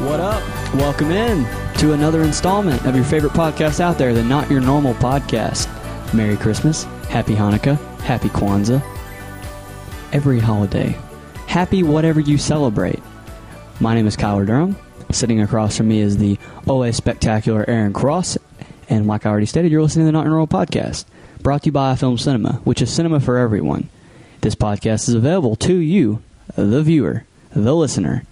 What up? Welcome in to another installment of your favorite podcast out there, the Not Your Normal Podcast. Merry Christmas, Happy Hanukkah, Happy Kwanzaa, every holiday. Happy whatever you celebrate. My name is Kyler Durham. Sitting across from me is the always spectacular Aaron Cross. And like I already stated, you're listening to the Not Your Normal Podcast, brought to you by Film Cinema, which is cinema for everyone. This podcast is available to you, the viewer, the listener,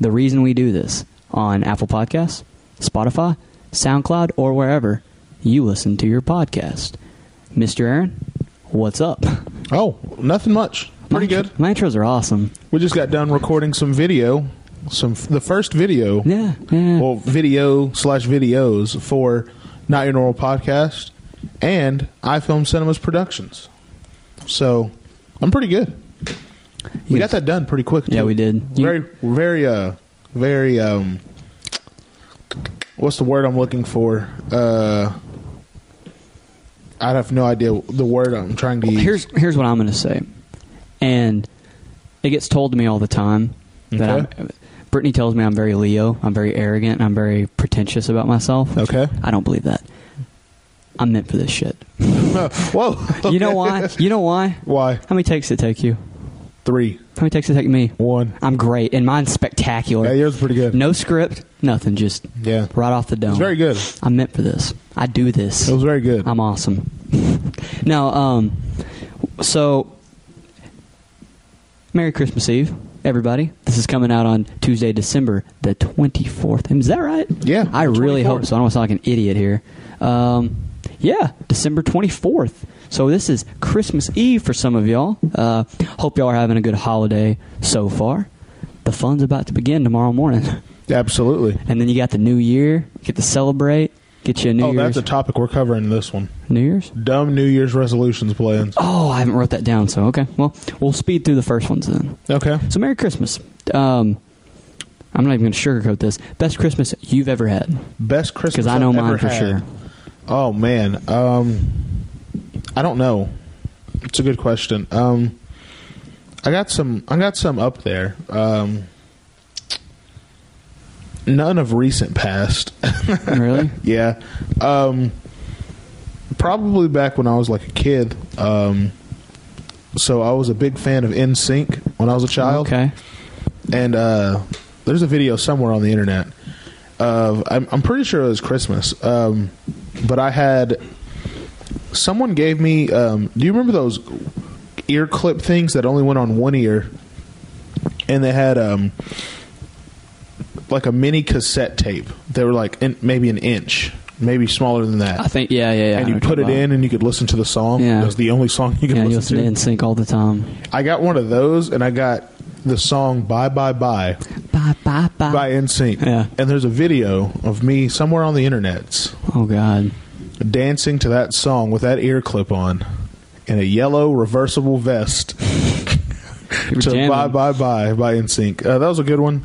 the reason we do this on Apple Podcasts, Spotify, SoundCloud, or wherever you listen to your podcast. Mr. Aaron, what's up? Oh, nothing much. Pretty good. My intros are awesome. We just got done recording some video, some the first video, Yeah, yeah. well, video slash videos for Not Your Normal Podcast and iFilm Cinemas Productions. So I'm pretty good. We got that done pretty quick. Yeah, too. we did. You- Very, very, uh, very. Um, what's the word I'm looking for? Uh, I have no idea the word I'm trying to use. here's here's what I'm going to say, and it gets told to me all the time that Okay. I'm, Brittany tells me I'm very Leo, I'm very arrogant, I'm very pretentious about myself. Okay. I don't believe that. I'm meant for this shit. Whoa. You know why? You know why? Why? How many takes did it take you? Three. How many takes did it take me? One. I'm great, and mine's spectacular. Yeah, yours is pretty good. No script, nothing, just Yeah. right off the dome. It's very good. I'm meant for this. I do this. It was very good. I'm awesome. now, um, so Merry Christmas Eve, everybody. This is coming out on Tuesday, December the 24th. Is that right? Yeah, I really 24th. hope so. I don't want to sound like an idiot here. Um, yeah, December 24th. So this is Christmas Eve for some of y'all. Uh, hope y'all are having a good holiday so far. The fun's about to begin tomorrow morning. Absolutely. And then you got the new year. Get to celebrate. Get you a new oh, year's. that's a topic we're covering in this one. new year's? Dumb New Year's resolutions plans. Oh, I haven't wrote that down. So okay, well, we'll speed through the first ones then. Okay. So Merry Christmas. Um, I'm not even going to sugarcoat this. Best Christmas you've ever had? Best Christmas Because I I've know ever mine for had. sure. Oh man. Um I don't know. It's a good question. Um I got some I got some up there. Um none of recent past. really? Yeah. Um, probably back when I was like a kid. Um, so I was a big fan of NSYNC when I was a child. Okay. And uh, there's a video somewhere on the internet of I'm, I'm pretty sure it was Christmas. Um, but I had someone gave me. Um, do you remember those ear clip things that only went on one ear? And they had um, like a mini cassette tape. They were like in, maybe an inch, maybe smaller than that. I think yeah, yeah, yeah. I and know you what put it you're talking in, and you could listen to the song. Yeah. It was the only song you could about. Yeah, you listen, listen to to. NSYNC all the time. I got one of those, and I got the song "Bye Bye Bye" Bye bye bye. by NSYNC. Uh-huh. Yeah. And there's a video of me somewhere on the internets Oh God. dancing to that song with that ear clip on, in a yellow reversible vest You were to jamming. "Bye Bye Bye" by NSYNC. Uh, that was a good one.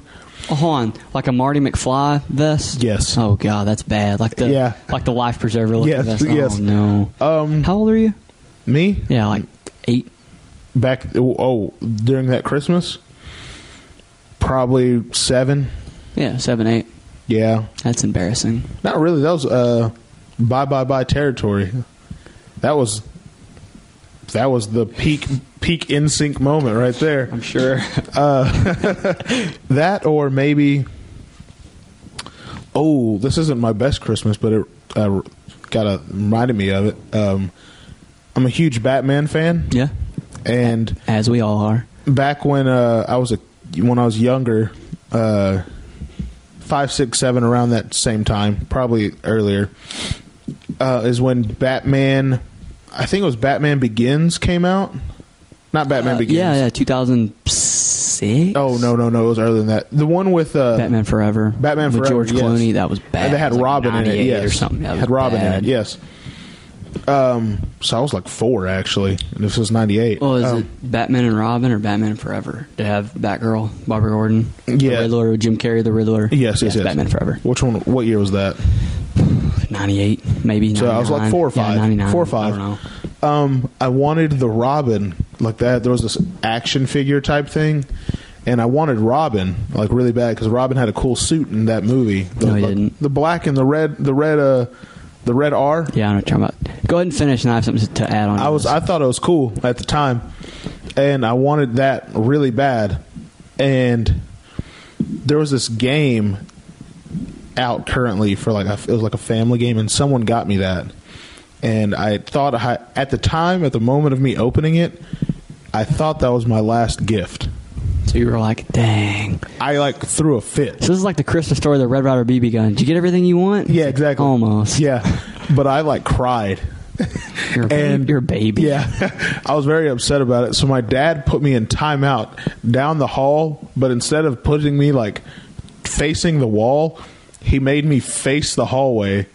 Oh, hold on, like a Marty McFly vest. Yes. Oh God, that's bad. Like the Yeah. like the life preserver looking Yes, vest. yes. Oh no. Um, How old are you? me Yeah, like eight. back oh during that Christmas, probably seven. Yeah, seven, eight. Yeah, That's embarrassing. Not really. That was uh, bye bye bye territory. That was that was the peak peak in sync moment right there. I'm sure. Uh, That or maybe oh, this isn't my best Christmas, but it uh, got a reminded me of it. Um, I'm a huge Batman fan. Yeah, and as we all are. back when uh, I was a when I was younger, uh, five, six, seven, around that same time, probably earlier, uh, is when Batman. I think it was Batman Begins came out. Not Batman Uh, Begins. yeah, yeah, 2006. Oh no, no, no! It was earlier than that. The one with uh, Batman Forever. Batman with Forever, George yes. Clooney. That was bad. And they had It was like Robin in it. 98 Yes, or something. That was had Robin bad. in it. Yes. Um, so I was like four actually. And this was Um, ninety eight. Well, is it Batman and Robin or Batman Forever? To have Batgirl, Barbara Gordon, Yeah. the Riddler, Jim Carrey, the Riddler. Yes, Yeah, yes, yes. Batman Forever. Which one? What year was that? Ninety-eight, maybe. So I was like 99. four or Yeah, five. 99. four or five. I don't know. Um, I wanted the Robin like that. There was this action figure type thing, and I wanted Robin like really bad because Robin had a cool suit in that movie. The, No, he like, didn't. The black and the red, the red, uh, the red R. Yeah, I know what you're talking about. Go ahead and finish, and I have something to add on. I to was this. I thought it was cool at the time, and I wanted that really bad. And there was this game out currently for like a, it was like a family game, and someone got me that. And I thought I, at the time, at the moment of me opening it, I thought that was my last gift. so you were like, dang. I like threw a fit. So this is like the Christmas story, of the Red Rider BB gun. Did you get everything you want? Yeah, exactly. Almost. Yeah, but I like cried. You're a, baby. And- you're a baby. Yeah, I was very upset about it. So my dad put me in timeout down the hall, but instead of putting me like facing the wall, he made me face the hallway.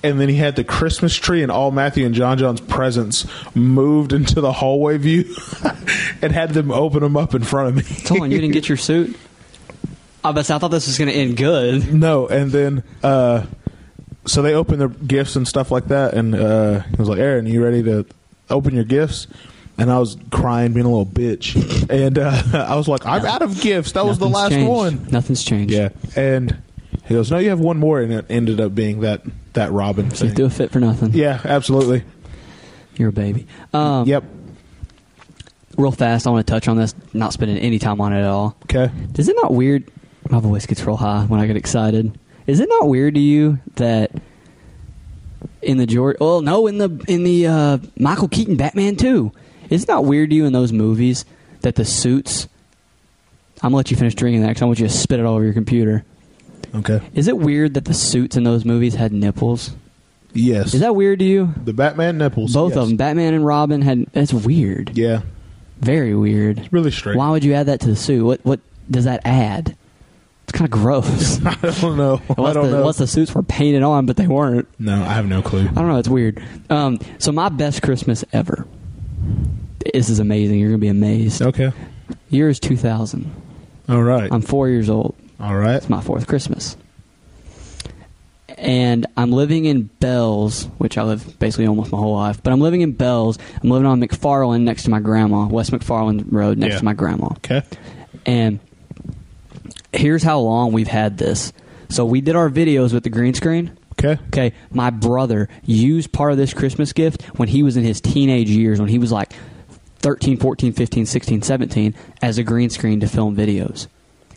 And then he had the Christmas tree and all Matthew and John John's presents moved into the hallway view, and had them open them up in front of me. Hold on, you didn't get your suit? Oh, I bet I thought this was going to end good. No, and then uh, so they open their gifts and stuff like that, and uh, he was like, "Aaron, you ready to open your gifts?" And I was crying, being a little bitch, and uh, I was like, "I'm No. out of gifts. That was the Nothing's last changed. one." Nothing's changed. Yeah, and he goes, "No, you have one more," and it ended up being that that Robin So you thing. threw a fit for nothing. Yeah, absolutely. You're a baby. Um, Yep. Real fast, I want to touch on this, not spending any time on it at all. Okay. Is it not weird? My voice gets real high when I get excited. Is it not weird to you that in the Jordan? Well, no, in the in the uh, Michael Keaton Batman too. Is it not weird to you in those movies that the suits? I'm gonna let you finish drinking that because I want you to spit it all over your computer. Okay. Is it weird that the suits in those movies had nipples? Yes. Is that weird to you? the Batman nipples? Both Yes. of them, Batman and Robin, had. That's weird. Yeah, Very weird. really straight. Why would you add that to the suit? What what does that add? It's kind of gross. I don't know. I Unless, don't the, know. unless the suits were painted on, but they weren't. no, I have no clue. I don't know. It's weird. Um, so my best Christmas ever. This is amazing. You're gonna be amazed. Okay. Year is 2000. All right. I'm four years old. All right. It's my fourth Christmas, and I'm living in Bells, which I live basically almost my whole life. But I'm living in Bells. I'm living on McFarland next to my grandma, West McFarland Road, next Yeah. to my grandma. Okay. And here's how long we've had this. So we did our videos with the green screen. Okay. Okay, my brother used part of this Christmas gift when he was in his teenage years, when he was like 13, 14, 15, 16, 17, as a green screen to film videos.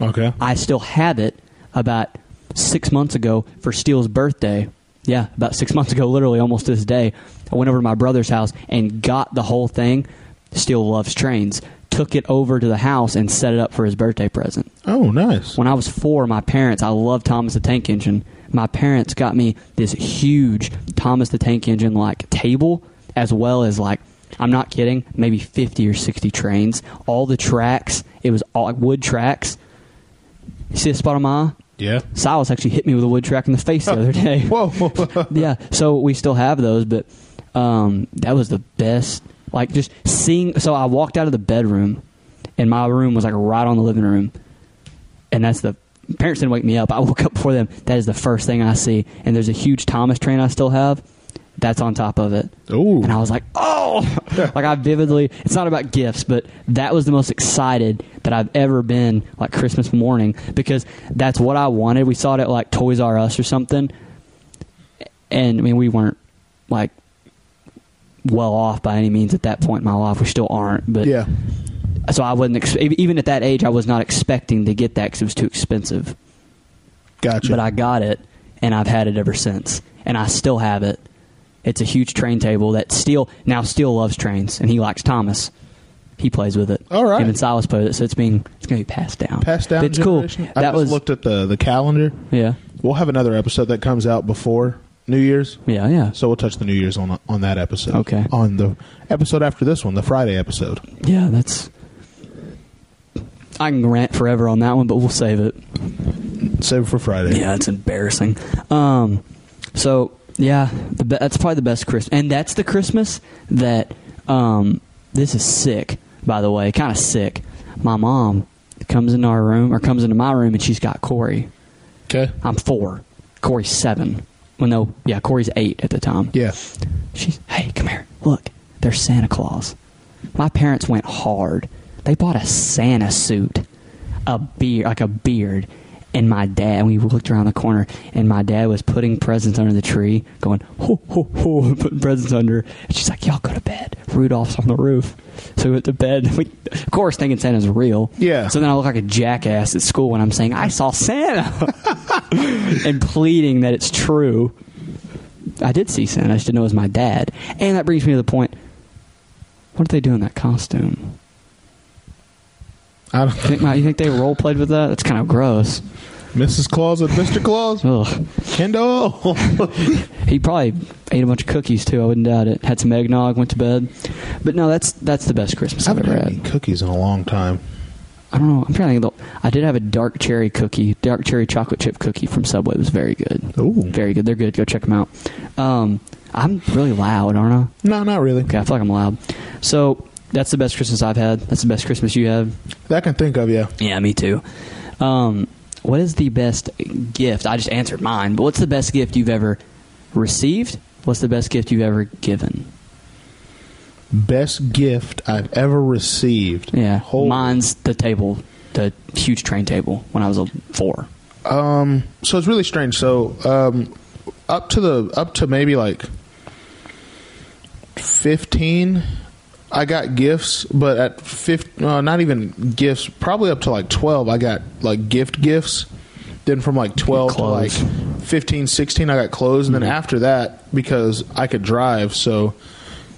Okay. I still have it about six months ago for Steele's birthday. Yeah, about six months ago, literally almost to this day. I went over to my brother's house and got the whole thing. Steele loves trains. Took it over to the house and set it up for his birthday present. Oh, nice. When I was four, my parents, I love Thomas the Tank Engine. My parents got me this huge Thomas the Tank Engine like table, as well as like, I'm not kidding, maybe 50 or 60 trains. All the tracks, it was all wood tracks. You see a spot on my eye? Yeah. Silas actually hit me with a wood track in the face the other day. Whoa. yeah, so we still have those, but um, that was the best. Like just seeing. So I walked out of the bedroom, and my room was like right on the living room, and that's the parents didn't wake me up. I woke up before them. That is the first thing I see, and there's a huge Thomas train I still have. That's on top of it. Ooh. And I was like, oh, like I vividly. It's not about gifts, but that was the most excited that I've ever been, like Christmas morning, because that's what I wanted. We saw it at like Toys R Us or something, and I mean we weren't like well off by any means at that point in my life. We still aren't, but yeah. So I wasn't ex- even at that age. I was not expecting to get that because it was too expensive Gotcha. but I got it, and I've had it ever since, and I still have it. It's a huge train table that Steele now Steele loves trains, and he likes Thomas. He plays with it. All right. Him and Silas play with it, so it's being it's going to be passed down. passed down. But it's generation? cool. I that just was looked at the the calendar. yeah, We'll have another episode that comes out before New Year's. yeah, yeah, So we'll touch the New Year's on on that episode. Okay. On the episode after this one, the Friday episode. yeah. That's I can rant forever on that one, but we'll save it. Save it for Friday. Yeah, it's embarrassing. Um, so Yeah, the be- that's probably the best Christmas, and that's the Christmas that um, this is sick. By the way, kind of sick. My mom comes into our room or comes into my room, and she's got Corey. Okay. I'm four. Corey's seven. Well, no, yeah, Corey's eight at the time. Yeah. She's, hey, come here. Look, there's Santa Claus. My parents went hard. They bought a Santa suit, a beard, like a beard. And my dad, we looked around the corner, and my dad was putting presents under the tree, going, ho, ho, ho, and putting presents under. And she's like, y'all go to bed. Rudolph's on the roof. So we went to bed. We, of course, thinking Santa's real. Yeah. So then I look like a jackass at school when I'm saying, I saw Santa, and pleading that it's true. I did see Santa. I just didn't know it was my dad. And that brings me to the point. What did they do in that costume? I You don't, think, my, you think they role played with that? That's kind of gross. Mrs. Claus and Mr. Claus. Ugh. Kendall. He probably ate a bunch of cookies too. I wouldn't doubt it. Had some eggnog, went to bed. But no, that's that's the best Christmas I I've haven't ever had any had. cookies in a long time. I don't know. I'm trying to think. Of the, I did have a dark cherry cookie, dark cherry chocolate chip cookie from Subway. It was very good. Ooh. Very good. They're good. Go check them out. Um, I'm really loud, aren't I? No, not really. Okay, I feel like I'm loud. So that's the best Christmas I've had. That's the best Christmas you have. That I can think of, yeah. Yeah, me too. Um, what is the best gift? I just answered mine, but what's the best gift you've ever received? What's the best gift you've ever given? Best gift I've ever received. Yeah, Holy- mine's the table, the huge train table when I was a four. Um, so it's really strange. So um, up to the up to maybe like fifteen, I got gifts, but at fifteen, uh, not even gifts. Probably up to like twelve, I got like gift gifts. Then from like twelve to like Clothes. 15, 16, I got clothes, and then after that, because I could drive, so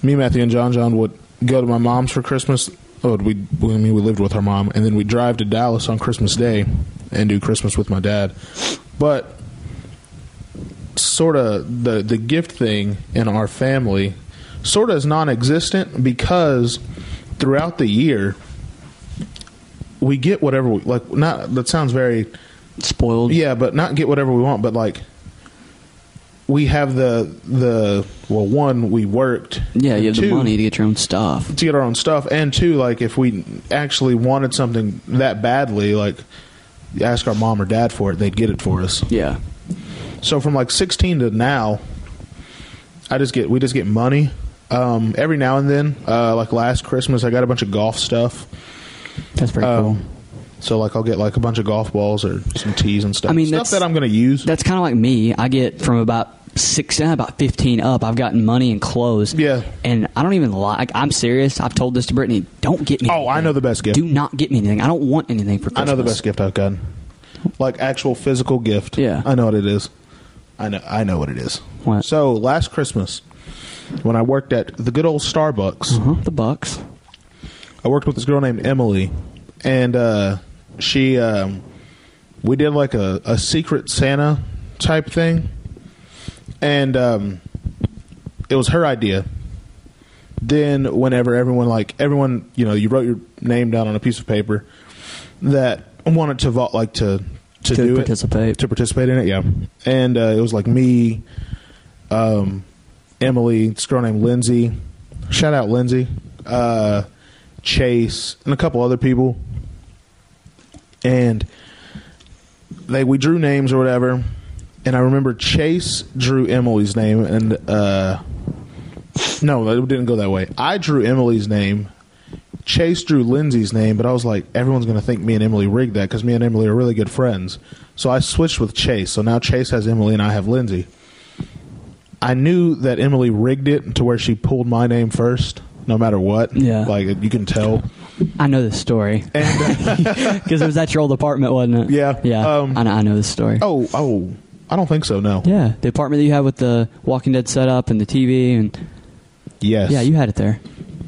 me, Matthew, and John John would go to my mom's for Christmas. Oh, we I mean we lived with our mom, and then we drive to Dallas on Christmas Day and do Christmas with my dad. But sort of the the gift thing in our family sort of is non-existent because throughout the year we get whatever we like. Not that sounds very Spoiled. yeah, but not get whatever we want, but like we have the the well one we worked yeah. You have the Two, money to get your own stuff. to get our own stuff and two like if we actually wanted something that badly like ask our mom or dad for it they'd get it for us Yeah, so from like 16 to now i just get we just get money um, every now and then uh, like last christmas i got a bunch of golf stuff that's pretty um, cool. so like i'll get like a bunch of golf balls or some tees and stuff I mean, stuff that's- that i'm gonna use That's kind of like me. I get from about six, eh, about fifteen up. I've gotten money and clothes. Yeah. and I don't even lie. Like, I'm serious. I've told this to Brittany. Don't get me. Oh, I anything. know the best gift. Do not get me anything. I don't want anything for I Christmas. know the best gift I've gotten. Like actual physical gift. Yeah. I know what it is. I know I know what it is. What? So last Christmas when I worked at the good old Starbucks, Uh-huh, the Bucks. I worked with this girl named Emily and uh she um we did like a, a secret Santa type thing. And um it was her idea. Then whenever everyone like everyone, you know, you wrote your name down on a piece of paper that wanted to vote like to To to, do it, participate. to participate in it, yeah. And uh, it was like me, um, Emily, this girl named Lindsay, shout out Lindsay, uh, Chase, and a couple other people. And they we drew names or whatever, and I remember Chase drew Emily's name, and uh, no, it didn't go that way. I drew Emily's name. Chase drew Lindsay's name, but I was like, everyone's going to think me and Emily rigged that because me and Emily are really good friends. So I switched with Chase. So now Chase has Emily and I have Lindsay. I knew that Emily rigged it to where she pulled my name first, no matter what. Yeah. Like, you can tell. I know this story And, uh, because it was at your old apartment, wasn't it? Yeah, yeah. um, I, know, I know this story. oh, oh, I don't think so, no. yeah, the apartment that you had with the Walking Dead setup and the TV, and Yes. yeah, you had it there.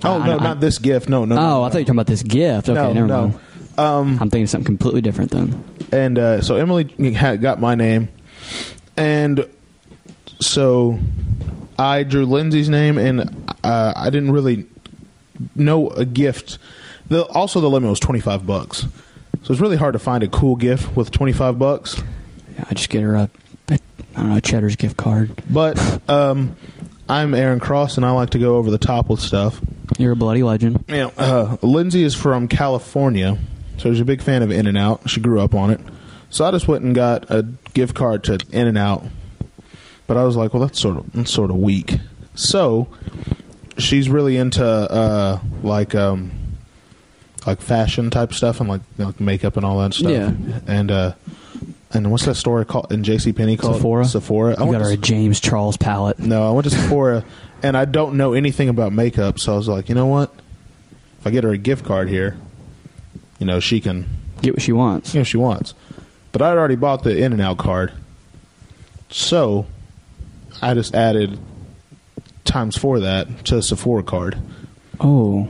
Oh, I- no, I- not this gift. No, no. Oh, no, I no. thought you were talking about this gift. Okay, No, never no. Mm. mind. Um, I'm thinking of something completely different then. and uh, so Emily had got my name, and so I drew Lindsay's name, and uh, I didn't really know a gift. The, also, the limit was twenty five bucks, so it's really hard to find a cool gift with twenty five bucks. Yeah, I just get her a, a I don't know, Cheddar's gift card. But um, I'm Aaron Cross, and I like to go over the top with stuff. You're a bloody legend. Yeah, uh, Lindsay is from California, so she's a big fan of In and Out. She grew up on it, so I just went and got a gift card to In and Out. But I was like, well, that's sort of that's sort of weak. So she's really into uh, like um, like fashion type stuff and like, like makeup and all that stuff. Yeah. and uh, and what's that store called in J C Penney called Sephora. Sephora. I You went got her a to James Charles palette. no, I went to Sephora, and I don't know anything about makeup, so I was like, you know what? If I get her a gift card here, you know she can, Get what she wants. you know she wants. But I had already bought the In and Out card, so I just added times four that to the Sephora card. Oh,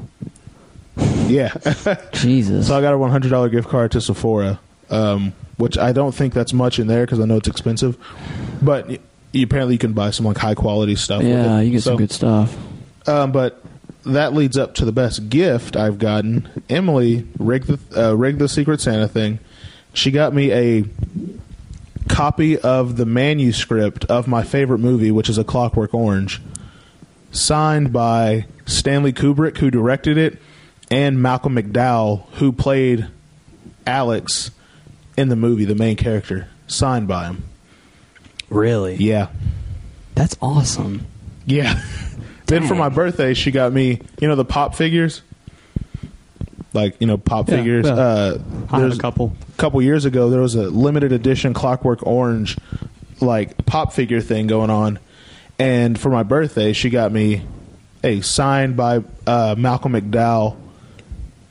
Yeah, Jesus. so I got a one hundred dollar gift card to Sephora, um, which I don't think that's much in there because I know it's expensive, but. y you, apparently you can buy some like high quality stuff. with yeah, it. you get some So- good stuff. Um, but that leads up to the best gift I've gotten. Emily rigged the, uh, rigged the Secret Santa thing. She got me a copy of the manuscript of my favorite movie, which is A Clockwork Orange, signed by Stanley Kubrick, who directed it, and Malcolm McDowell, who played Alex in the movie, the main character, signed by him. Really? Yeah. That's awesome. Yeah. then for Dang. my birthday, she got me, you know, the pop figures. Like, you know, pop Yeah, figures. yeah. Uh, I have there's a couple. couple years ago, there was a limited edition Clockwork Orange, like, pop figure thing going on. And for my birthday, she got me a signed by uh, Malcolm McDowell,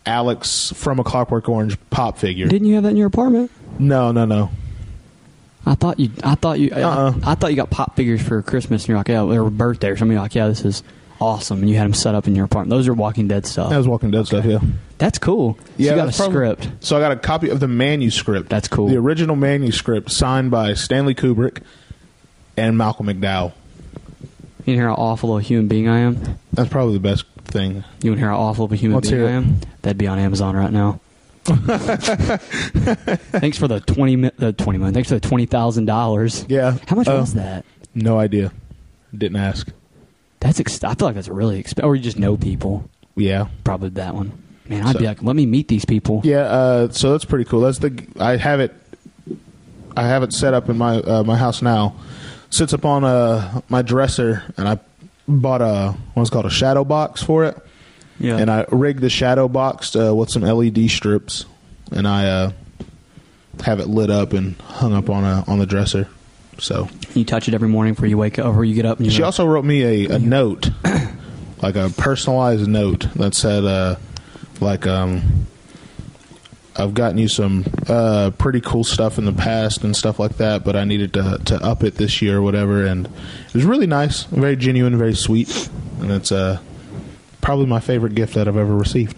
Alex from a Clockwork Orange pop figure. Didn't you have that in your apartment? no, no, no. I thought you. I thought you. I- Uh-uh. I, thought you got pop figures for Christmas, and you're like, yeah, or birthday, or something. You're like, yeah, this is awesome, and you had them set up in your apartment. Those are Walking Dead stuff. That was Walking Dead stuff, yeah. That's cool. So you got a that's probably- script. So I got a copy of the manuscript. That's cool. The original manuscript signed by Stanley Kubrick and Malcolm McDowell. You hear how awful of a human being I am? That's probably the best thing. You want to hear how awful of a human Let's being hear I it. am? That'd be on Amazon right now. thanks for the twenty. mi- The twenty million. Thanks for the twenty thousand dollars. Yeah. How much Uh, was that? No idea. Didn't ask. That's. Ex- I feel like that's really expensive. Or you just know people. Yeah. Probably that one. Man, I'd So- be like, let me meet these people. Yeah. Uh, so that's pretty cool. That's the I have it. I have it set up in my uh, my house now. Sits up on uh, my dresser, and I bought a what's called a shadow box for it. Yeah. and I rigged the shadow box uh, with some LED strips, and I uh, have it lit up and hung up on a on the dresser. So You touch it every morning before you wake up, or you get up. And you she go, also wrote me a, a note, like a personalized note that said, uh, like, um, I've gotten you some uh, pretty cool stuff in the past and stuff like that, but I needed to to up it this year or whatever. And it was really nice, very genuine, very sweet, and it's uh, probably my favorite gift that I've ever received.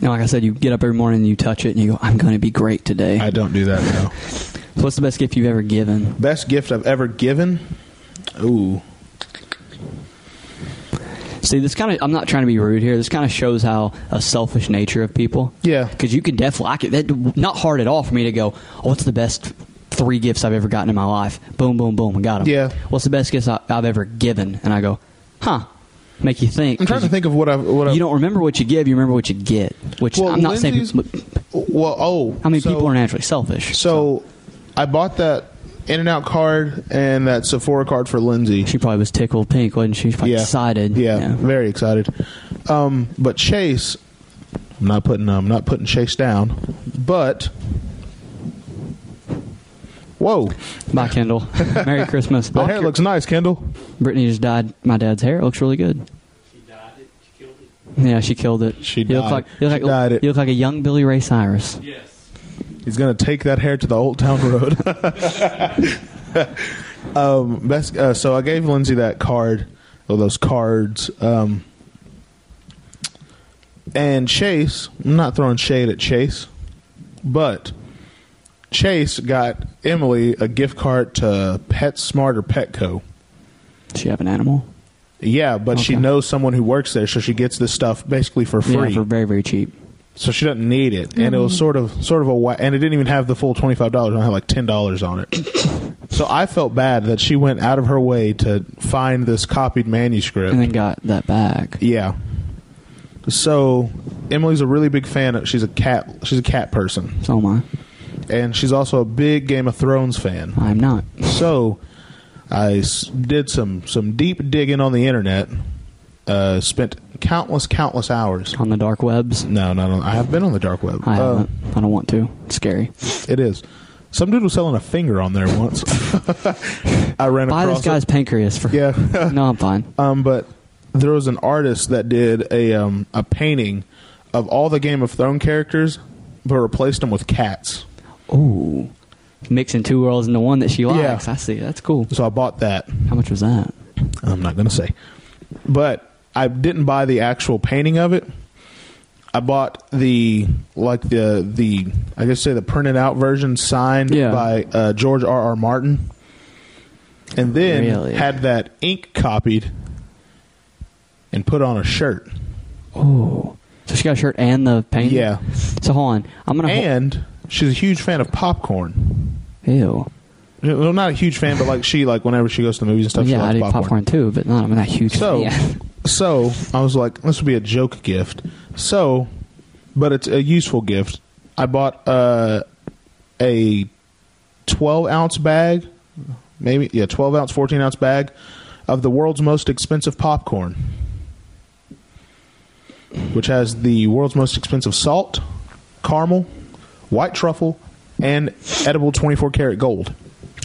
and like I said, you get up every morning and you touch it, and you go, "I'm going to be great today." I don't do that now. so what's the best gift you've ever given? Best gift I've ever given. Ooh, See, this kind of—I'm not trying to be rude here. This kind of shows how a selfish nature of people. Yeah. Because you can definitely. I could, that not hard at all for me to go. Oh, what's the best three gifts I've ever gotten in my life? Boom, boom, boom. I got them. Yeah. What's the best gifts I, I've ever given? And I go, huh? Make you think. I'm trying to 'cause think of what I've what You, I've, you don't remember what you give. You remember what you get. Which Well, I'm not saying. Lindsay's- Well, oh, How many so- people are naturally selfish? So, I bought that In and Out card and that Sephora card for Lindsay. She probably was tickled pink, wasn't she? She probably yeah, excited. Yeah, very excited. Um, but Chase, I'm not putting I'm not putting Chase down, but whoa, Bye, Kendall. Merry Christmas. the I hair like looks nice, Kendall. your- Brittany just dyed my dad's hair. It looks really good. Yeah, she killed it. She You look dyed like, it. you look She like, dyed it. You look like a young Billy Ray Cyrus. Yes. He's gonna take that hair to the old town road. um, best, uh, so I gave Lindsay that card, or those cards. Um, and Chase, I'm not throwing shade at Chase, but Chase got Emily a gift card to PetSmart or Petco. Does she have an animal? Yeah, but she Okay. knows someone who works there, so she gets this stuff basically for free Yeah, for very very cheap. so she doesn't need Mm-hmm. it, and it was sort of sort of a wa- and it didn't even have the full twenty five dollars. I had like ten dollars on it, So I felt bad that she went out of her way to find this copied manuscript. and then got that back. Yeah. So Emily's a really big fan of she's a cat she's a cat person. So am I. And she's also a big Game of Thrones fan. I'm not. So I s- did some some deep digging on the internet. Uh, spent countless countless hours. On the dark webs. No, no, no. I have been on the dark web. I Uh, haven't. I don't want to. It's scary. it is. Some dude was selling a finger on there once. I ran Buy across this guy's it. pancreas for. Yeah. no, I'm fine. Um, but there was an artist that did a um, a painting of all the Game of Thrones characters, but replaced them with cats. Ooh. Mixing two worlds into one that she likes. Yeah. I see. That's cool. So I bought that. How much was that? I'm not going to say. But I didn't buy the actual painting of it. I bought the like the the I guess say the printed out version signed Yeah. by uh, George R. R. Martin, and then Really? had that ink copied and put on a shirt. Oh. So she got a shirt and the painting? Yeah. So hold on. I'm going to. And she's a huge fan of popcorn. Ew. Well, not a huge fan, but like she like whenever she goes to the movies and stuff, she yeah, I likes did popcorn. too, but not, I'm not a huge So, fan. so I was like, this would be a joke gift. So, but it's a useful gift. I bought uh, a twelve ounce bag, maybe yeah, twelve ounce, fourteen ounce bag of the world's most expensive popcorn, which has the world's most expensive salt, caramel, white truffle, and edible twenty four karat gold.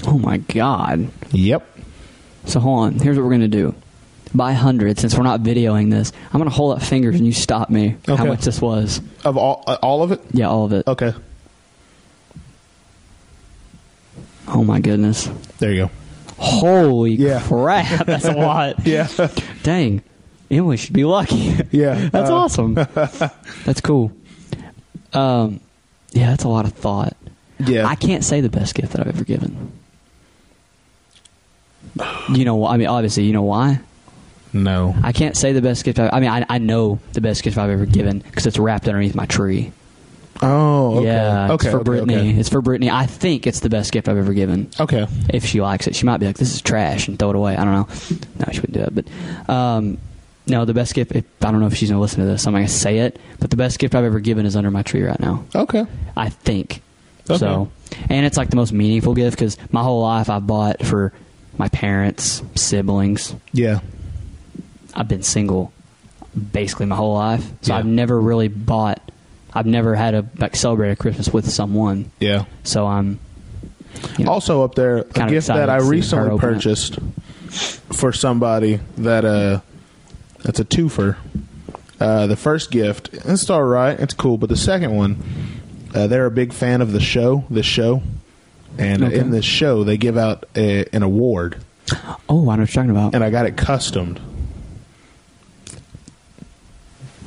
Oh my god. Yep. So hold on. Here's what we're gonna do. By hundred, since we're not videoing this, I'm gonna hold up fingers and you stop me. How Okay. much this was? Of all, uh, all of it. Yeah, all of it. Okay. Oh my goodness. There you go. Holy Yeah. crap! That's a lot. Yeah. Dang. Emily should be lucky. Yeah. that's Uh, awesome. that's cool. Um, yeah, that's a lot of thought. Yeah. I can't say the best gift that I've ever given. You know, wh- I mean, obviously, you know why? No. I can't say the best gift. I, I mean, I, I know the best gift I've ever given because it's wrapped underneath my tree. Oh, okay. Yeah, okay, it's for okay, Brittany. okay. It's for Brittany. I think it's the best gift I've ever given. Okay. If she likes it, she might be like, "This is trash," and throw it away. I don't know. No, she wouldn't do that. But um, no, the best gift. If, I don't know if she's gonna listen to this. so I'm not gonna say it. But the best gift I've ever given is under my tree right now. Okay. I think. Okay. So, and it's like the most meaningful gift because my whole life I've bought for my parents, siblings, Yeah. I've been single basically my whole life, so Yeah. I've never really bought. I've never had a like celebrated Christmas with someone, Yeah. so I'm. You know, Also up there, a Kind of gift excited that I to see her recently open it. purchased for somebody that uh that's a twofer. Uh the first gift, it's all right, it's cool, but the second one, uh, they're a big fan of the show, this show. And Okay. in this show, they give out a, an award, oh, I know what you're talking about. and I got it customed.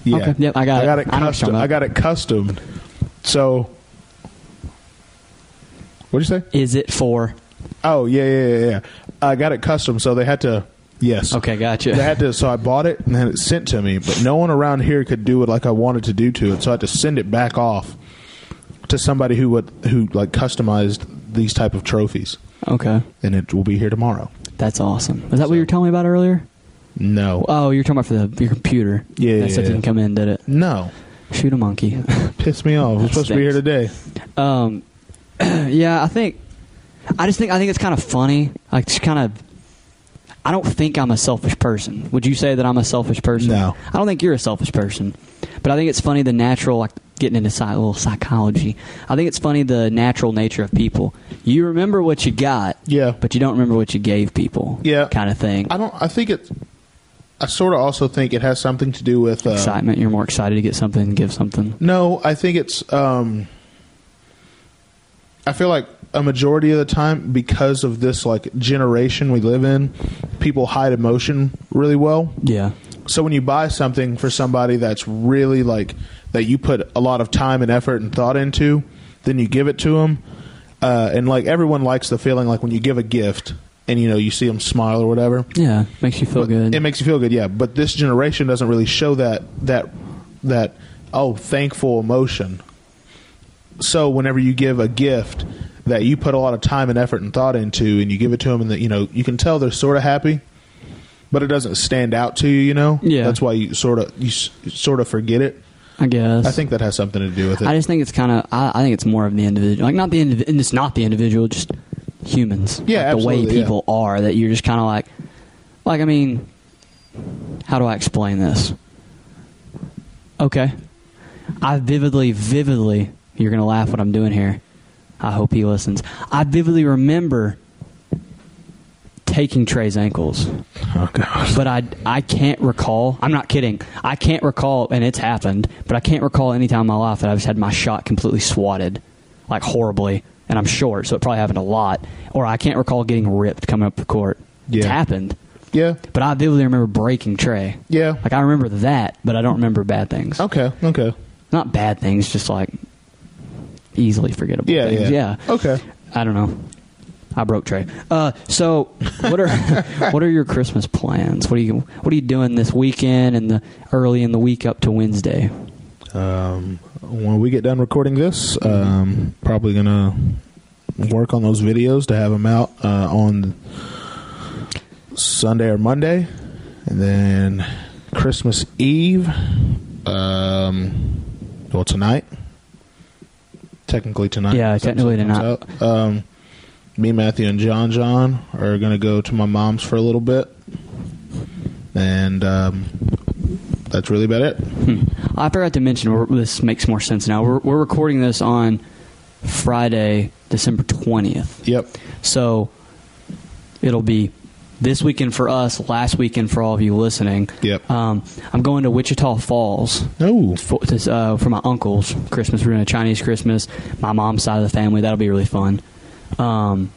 Yeah, Okay, yep, I got I it. got it I know what you're custom. talking I about. got it customed. So, what'd you say? Is it for? Oh yeah, yeah, yeah, yeah. I got it custom, so they had to. Yes. Okay, gotcha. They had to. So I bought it and had it sent to me, but no one around here could do it like I wanted to do to it. So I had to send it back off to somebody who would who like customized these type of trophies, Okay, and it will be here tomorrow. that's awesome. Is that what you were telling me about earlier? No. Oh, you were talking about for the your computer. that Yeah, yeah, stuff yeah. didn't come in, did it? no. Shoot a monkey. Piss me off. We're That supposed to be here stinks. today. Um, yeah, I think. I just think I think it's kind of funny. Like, it's kind of. I don't think I'm a selfish person. Would you say that I'm a selfish person? No. I don't think you're a selfish person, but I think it's funny the natural like getting into psy- a little psychology. I think it's funny the natural nature of people. You remember what you got, Yeah. but you don't remember what you gave people. Yeah. kind of thing. I don't. I think it. I sort of also think it has something to do with. Uh, Excitement. You're more excited to get something than give something. no, I think it's. Um, I feel like a majority of the time, because of this like generation we live in, people hide emotion really well. Yeah. So when you buy something for somebody that's really like that you put a lot of time and effort and thought into, then you give it to them, uh, and like everyone likes the feeling like when you give a gift and you know you see them smile or whatever. Yeah. Makes you feel good. It makes you feel good, yeah. But this generation doesn't really show that that that oh thankful emotion. So whenever you give a gift, that you put a lot of time and effort and thought into, and you give it to them, and that you know you can tell they're sort of happy, but it doesn't stand out to you. You know, Yeah. That's why you sort of you s- sort of forget it. I guess. I think that has something to do with it. I just think it's kind of. I, I think it's more of the individual, like not the individual, and it's not the individual, just humans. Yeah, like the way absolutely, yeah. people are. That you're just kind of like, like I mean, how do I explain this? Okay, I vividly, vividly. You're gonna laugh what I'm doing here. I hope he listens. I vividly remember taking Trey's ankles oh god. but I I can't recall. I'm not kidding. I can't recall, and it's happened, but I can't recall any time in my life that I've just had my shot completely swatted, like horribly. And I'm short, so it probably happened a lot. Or I can't recall getting ripped coming up the court. It's Yeah. happened, Yeah. but I vividly remember breaking Trey. Yeah. Like I remember that, but I don't remember bad things. Okay. Okay. Not bad things, just like easily forgettable Yeah. things. Yeah. yeah. Okay. I don't know. I broke Trey. Uh, so what are what are your Christmas plans? What are you what are you doing this weekend and the early in the week up to Wednesday? Um, when we get done recording this, um, probably gonna work on those videos to have them out uh, on Sunday or Monday, and then Christmas Eve. Um, well, tonight. Technically tonight. Yeah, This technically episode comes out. Um, me, Matthew, and John John are gonna go to my mom's for a little bit, and um, that's really about it. I forgot to mention. We're, this makes more sense now. We're, we're recording this on Friday, December twentieth. Yep. So it'll be this weekend for us, last weekend for all of you listening. Yep. Um, I'm going to Wichita Falls No. for, this, uh, for my uncle's Christmas. We're doing a Chinese Christmas. My mom's side of the family. That'll be really fun. Um,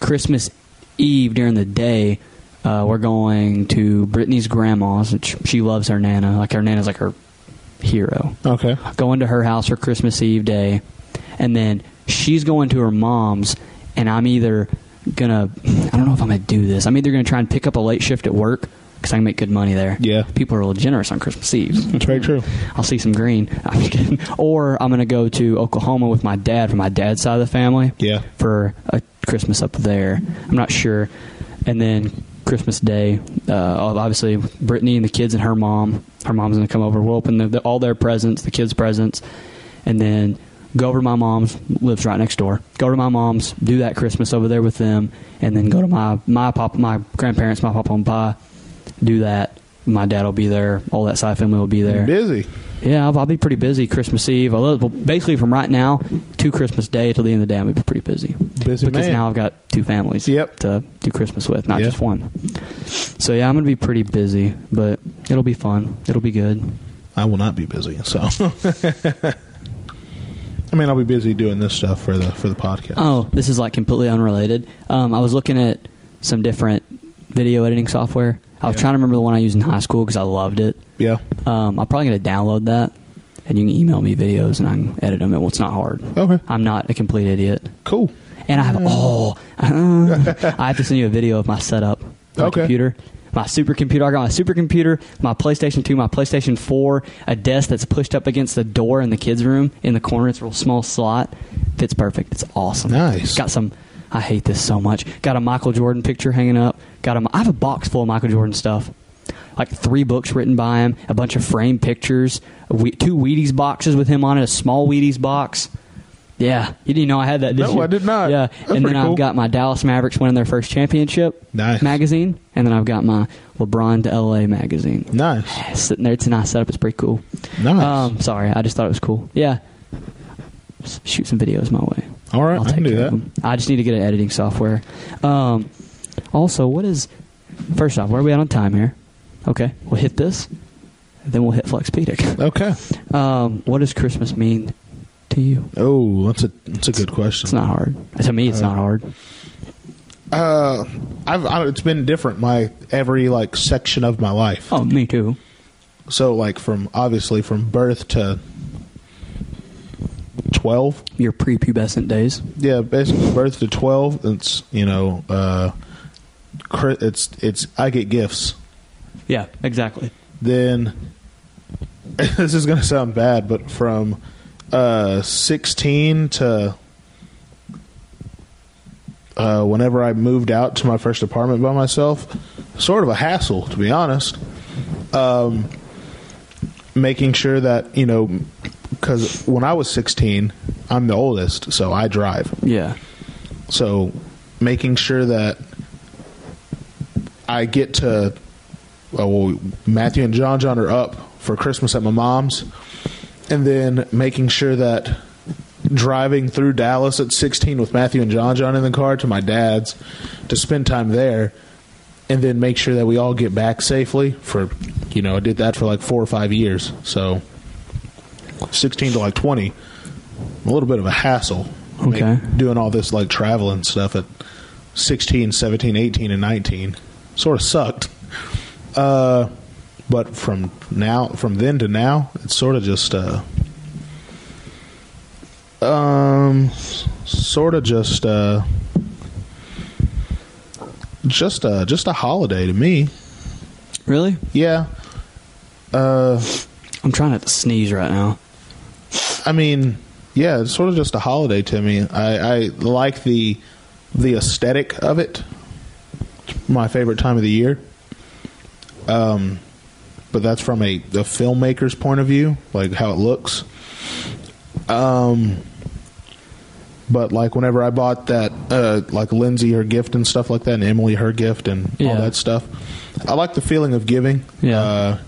Christmas Eve during the day, uh, we're going to Brittany's grandma's. Which she loves her nana. Like her nana's like her hero. Okay. Going to her house for Christmas Eve day, and then she's going to her mom's, and I'm either gonna I don't know if I'm gonna do this. I'm either gonna try and pick up a late shift at work because I can make good money there. Yeah. people are a little generous on Christmas Eve. It's very true. I'll see some green. I'm just kidding. Or I'm going to go to Oklahoma with my dad from my dad's side of the family Yeah. for a Christmas up there. I'm not sure. And then Christmas Day, uh, obviously Brittany and the kids and her mom. Her mom's going to come over. We'll open the, the, all their presents, the kids' presents, and then go over to my mom's. Lives right next door. Go to my mom's. Do that Christmas over there with them, and then go to my my pop my grandparents, my papa and pa. Do that. My dad will be there. All that side family will be there. Busy. Yeah, I'll, I'll be pretty busy Christmas Eve. Although, well, basically, from right now to Christmas Day till the end of the day, I'm gonna be pretty busy. Busy because man. now I've got two families. Yep. To do Christmas with, not Yeah. just one. So yeah, I'm gonna be pretty busy, but it'll be fun. It'll be good. I will not be busy. So, I mean, I'll be busy doing this stuff for the for the podcast. Oh, this is like completely unrelated. Um, I was looking at some different video editing software. I was Yeah. trying to remember the one I used in high school because I loved it. Yeah. Um, I'm probably gonna download that, and you can email me videos and I can edit them. Well, it's not hard. Okay. I'm not a complete idiot. Cool. And I have Mm. oh, I have to send you a video of my setup, my Okay. computer, my supercomputer. I got my supercomputer, my PlayStation Two, my PlayStation Four, a desk that's pushed up against the door in the kids' room in the corner. It's a real small slot, fits perfect. It's awesome. Nice. Got some. I hate this so much. Got a Michael Jordan picture hanging up. Got a. I have a box full of Michael Jordan stuff. Like three books written by him, a bunch of framed pictures, a we, two Wheaties boxes with him on it, a small Wheaties box. Yeah, you didn't know I had that. Did No, you? I did not. Yeah, That's and then pretty cool. I've got my Dallas Mavericks winning their first championship Nice. magazine, and then I've got my LeBron to LA magazine Nice. sitting there. It's a nice setup. It's pretty cool. Nice. Um, sorry, I just thought it was cool. Yeah, S- shoot some videos my way. All right, I can do care of that. them. I just need to get an editing software. Um, also, what is first off? Where are we at on time here? Okay, we'll hit this, then we'll hit Flexpedic. Okay. Um, what does Christmas mean to you? Oh, that's a that's a good question. It's not hard. To me, it's not hard. Uh, I've I, it's been different my every like section of my life. Oh, me too. So like from obviously from birth to twelve. Your prepubescent days. Yeah, basically birth to twelve. It's you know, uh, cri- it's it's I get gifts. Yeah, exactly. then this is going to sound bad, but from uh, 16 to uh, whenever I moved out to my first apartment by myself, sort of a hassle, to be honest. Um, making sure that, you know, because when I was 16, I'm the oldest, so I drive. Yeah. So making sure that I get to, oh, well, Matthew and John John are up for Christmas at my mom's, and then making sure that driving through Dallas at 16 with Matthew and John John in the car to my dad's to spend time there, and then make sure that we all get back safely. For you know, I did that for like four or five years, so 16 to like 20, a little bit of a hassle. Okay. Make- doing all this like traveling stuff at 16, 17, 18, and 19 sort of sucked. Uh, but from now, from then to now, it's sort of just, uh, um, sort of just, uh, just, uh, just a holiday to me. Really? Yeah. Uh, I'm trying not to sneeze right now. I mean, yeah, it's sort of just a holiday to me. I, I like the the aesthetic of it. It's my favorite time of the year. Um, but that's from a, a filmmaker's point of view, like how it looks. Um, but like whenever I bought that, uh, like Lindsay her gift and stuff like that, and Emily her gift and all Yeah. that stuff, I like the feeling of giving. Yeah. Uh,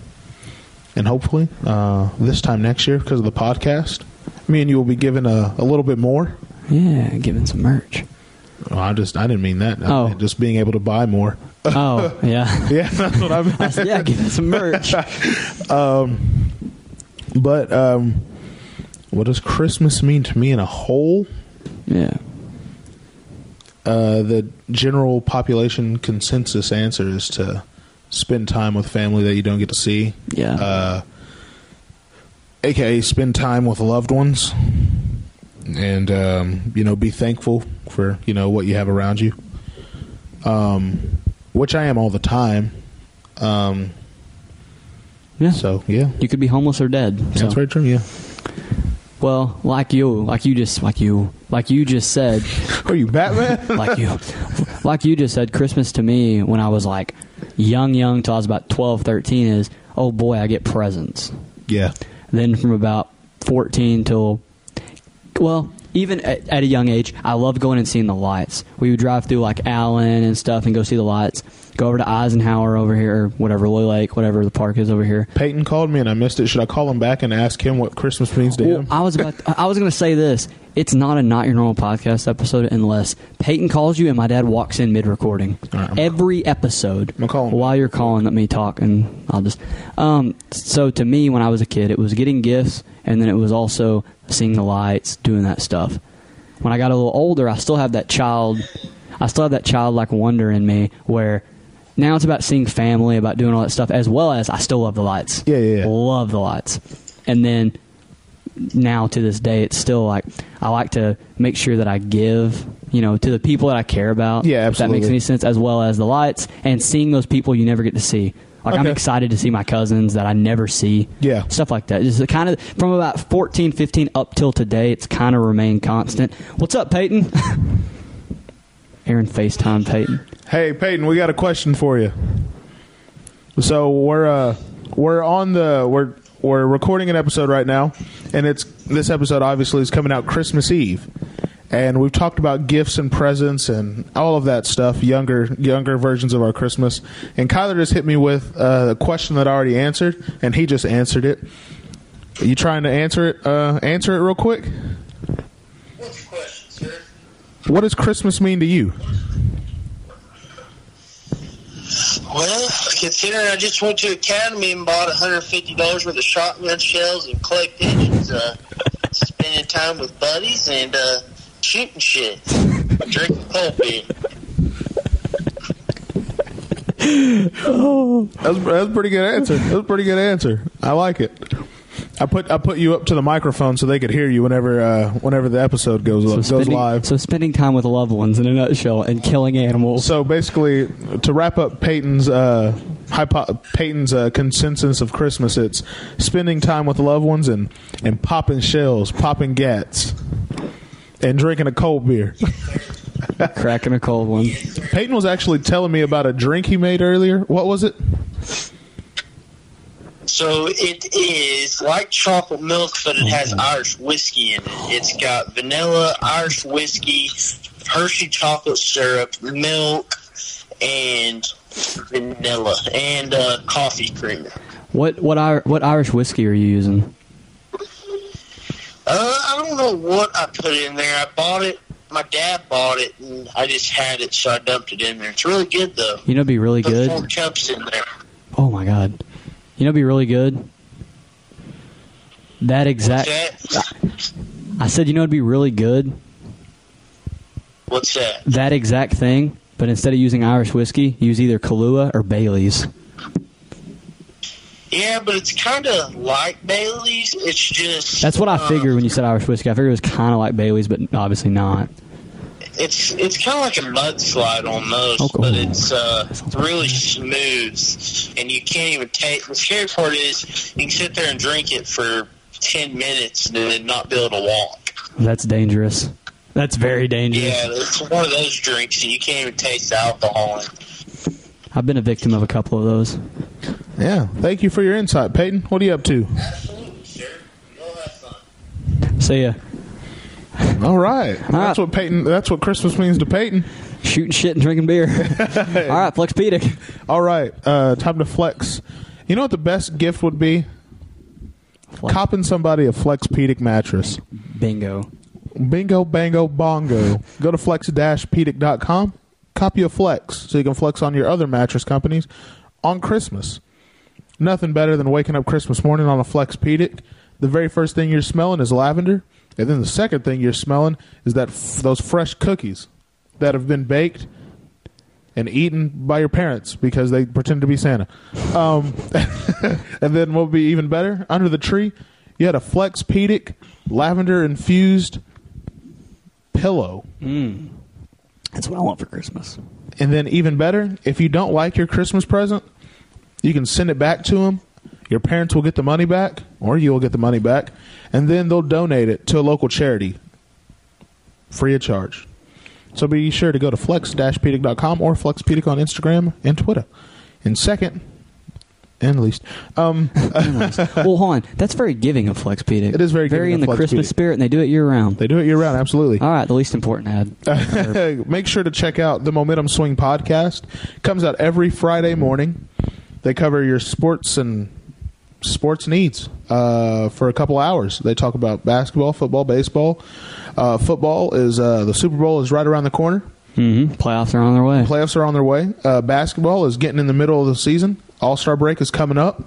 and hopefully uh, this time next year because of the podcast me and you will be given a, a little bit more Yeah, giving some merch. oh, i just i didn't mean that I Oh. meant just being able to buy more Oh, yeah. yeah that's what i meant I said, yeah, giving some merch. but um what does christmas mean to me in a whole Yeah. uh the general population consensus answer is to spend time with family that you don't get to see Yeah. uh, aka spend time with loved ones and um, you know be thankful for you know what you have around you um, which i am all the time um, yeah. so yeah you could be homeless or dead. so. that's very true yeah Well, like you, like you just, like you, like you just said, are you batman like you, like you just said, Christmas to me when I was like young, young till I was about 12, 13 is, oh boy, I get presents. yeah Then from about 14 till, well, even at, at a young age, I loved going and seeing the lights. We would drive through like Allen and stuff and go see the lights. Go over to Eisenhower over here, or whatever, Lily Lake, whatever the park is over here. peyton called me and i missed it should i call him back and ask him what christmas means to Well, him I was about. I was going to say this. It's not a not your normal podcast episode unless Peyton calls you and my dad walks in mid recording. All right, I'm- Every episode, I'm calling. while you're calling, let me talk and I'll just. Um, so to me, when I was a kid, it was getting gifts and then it was also seeing the lights, doing that stuff. When I got a little older, I still have that child. I still have that childlike wonder in me where. Now it's about seeing family, about doing all that stuff, as well as I still love the lights. Yeah, yeah, yeah. Love the lights. And then now to this day it's still like I like to make sure that I give, you know, to the people that I care about. Yeah, If that makes absolutely. any sense, as well as the lights and seeing those people you never get to see. Like I'm Okay. excited to see my cousins that I never see. Yeah. Stuff like that. Just kind of from about 14, 15 up till today, it's kind of remained constant. What's up, Peyton? Aaron FaceTime Peyton. Hey Peyton, we got a question for you. So we're uh we're on the we're we're recording an episode right now, and it's this episode obviously is coming out Christmas Eve, and we've talked about gifts and presents and all of that stuff, younger younger versions of our Christmas. And Kyler just hit me with uh, a question that I already answered, and he just answered it. Are you trying to answer it? Uh, answer it real quick. What's the question, sir? What does Christmas mean to you? Well, considering I just went to Academy and bought $150 worth of shotgun shells and clay pigeons, uh, spending time with buddies and uh, shooting shit, drinking cold beer. That's, that's a pretty good answer. That's a pretty good answer. I like it. I put I put you up to the microphone so they could hear you whenever uh, whenever the episode goes goes spending, live. so spending time with loved ones in a nutshell and killing animals. So basically, to wrap up Peyton's uh, hypo- Peyton's uh, consensus of Christmas, it's spending time with loved ones and and popping shells, popping gats, and drinking a cold beer. cracking a cold one. Peyton was actually telling me about a drink he made earlier. What was it? So it is like chocolate milk, but it has Irish whiskey in it. It's got vanilla, Irish whiskey, Hershey chocolate syrup, milk, and vanilla, and uh, coffee creamer. What what Ir- what Irish whiskey are you using? Uh, I don't know what I put in there. I bought it. My dad bought it, and I just had it, so I dumped it in there. It's really good, though. You know, it'd be really Put good. four cups in there. Oh my god. You know, it'd be really good. That exact. What's that? I said, you know, it'd be really good. What's that? That exact thing, but instead of using Irish whiskey, use either Kahlua or Bailey's. Yeah, but it's kind of like Bailey's. It's just That's what I uh, figured when you said Irish whiskey. I figured it was kind of like Bailey's, but obviously not. It's it's kind of like a mudslide almost, Oh, cool. but it's uh, That sounds really smooth, and you can't even take. The scary part is you can sit there and drink it for ten minutes and then not be able to walk. That's dangerous. That's very dangerous. Yeah, it's one of those drinks that you can't even taste the alcohol in. I've been a victim of a couple of those. Yeah. Thank you for your insight, Peyton. What are you up to? See ya. All right. That's what Peyton. That's what Christmas means to Peyton. Shooting shit and drinking beer. All right, Flexpedic. All right. Uh, time to flex. You know what the best gift would be? Flex. Copping somebody a Flexpedic mattress. Bingo. Bingo, bango, bongo. Go to flex-pedic.com. Copy a flex so you can flex on your other mattress companies on Christmas. Nothing better than waking up Christmas morning on a Flexpedic. The very first thing you're smelling is lavender, and then the second thing you're smelling is that f- those fresh cookies that have been baked and eaten by your parents because they pretend to be Santa. Um, and then what would be even better? Under the tree, you had a Flexpedic lavender infused pillow. That's what I want for Christmas. And then even better, if you don't like your Christmas present, you can send it back to them. Your parents will get the money back, or you will get the money back, and then they'll donate it to a local charity free of charge. So be sure to go to flex-pedic.com or flexpedic on Instagram and Twitter. And second, and least, um, well, hold on. That's very giving of Flexpedic. It is very very giving in of the Christmas Flexpedic. spirit, and they do it year round. they Uh, do it year round, absolutely. All right, the least important ad. Make sure to check out the Momentum Swing podcast. Comes out every Friday morning. They cover your sports and sports needs uh, for a couple hours. They talk about basketball, football, baseball. Uh, football is uh, the Super Bowl is right around the corner. hmm Playoffs are on their way. Playoffs are on their way. Uh, basketball is getting in the middle of the season. All Star break is coming up.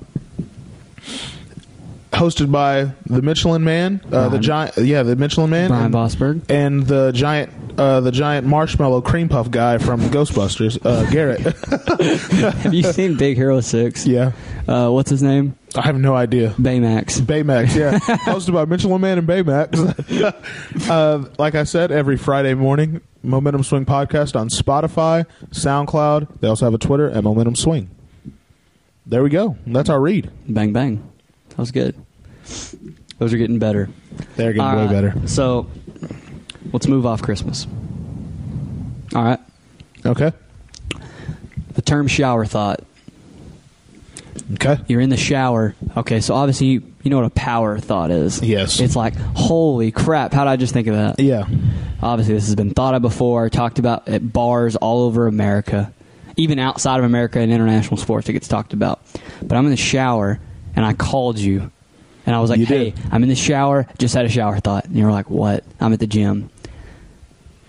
Hosted by the Michelin Man, uh, the Brian- giant, yeah, the Michelin Man, Brian and- Bosberg. and the giant uh, the giant marshmallow cream puff guy from Ghostbusters, uh, Garrett. Have you seen Big Hero Six? yeah, Uh, what's his name? I have no idea. Baymax. Baymax, yeah, hosted by Mitchell Man and Baymax. uh, like I said, every Friday morning, Momentum Swing podcast on Spotify, SoundCloud. They also have a Twitter at Momentum Swing. There we go. That's our read. Bang bang. That was good. Those are getting better. They're getting All way right, better. So let's move off Christmas. All right. Okay. The term shower thought. Okay. You're in the shower. Okay, so obviously you, you know what a power thought is. Yes. It's like, holy crap, how did I just think of that? Yeah. Obviously, this has been thought of before, talked about at bars all over America, even outside of America and international sports. It gets talked about. But I'm in the shower and I called you, and I was like, You "Hey, did. I'm in the shower. Just had a shower thought." And you were like, "What? I'm at the gym.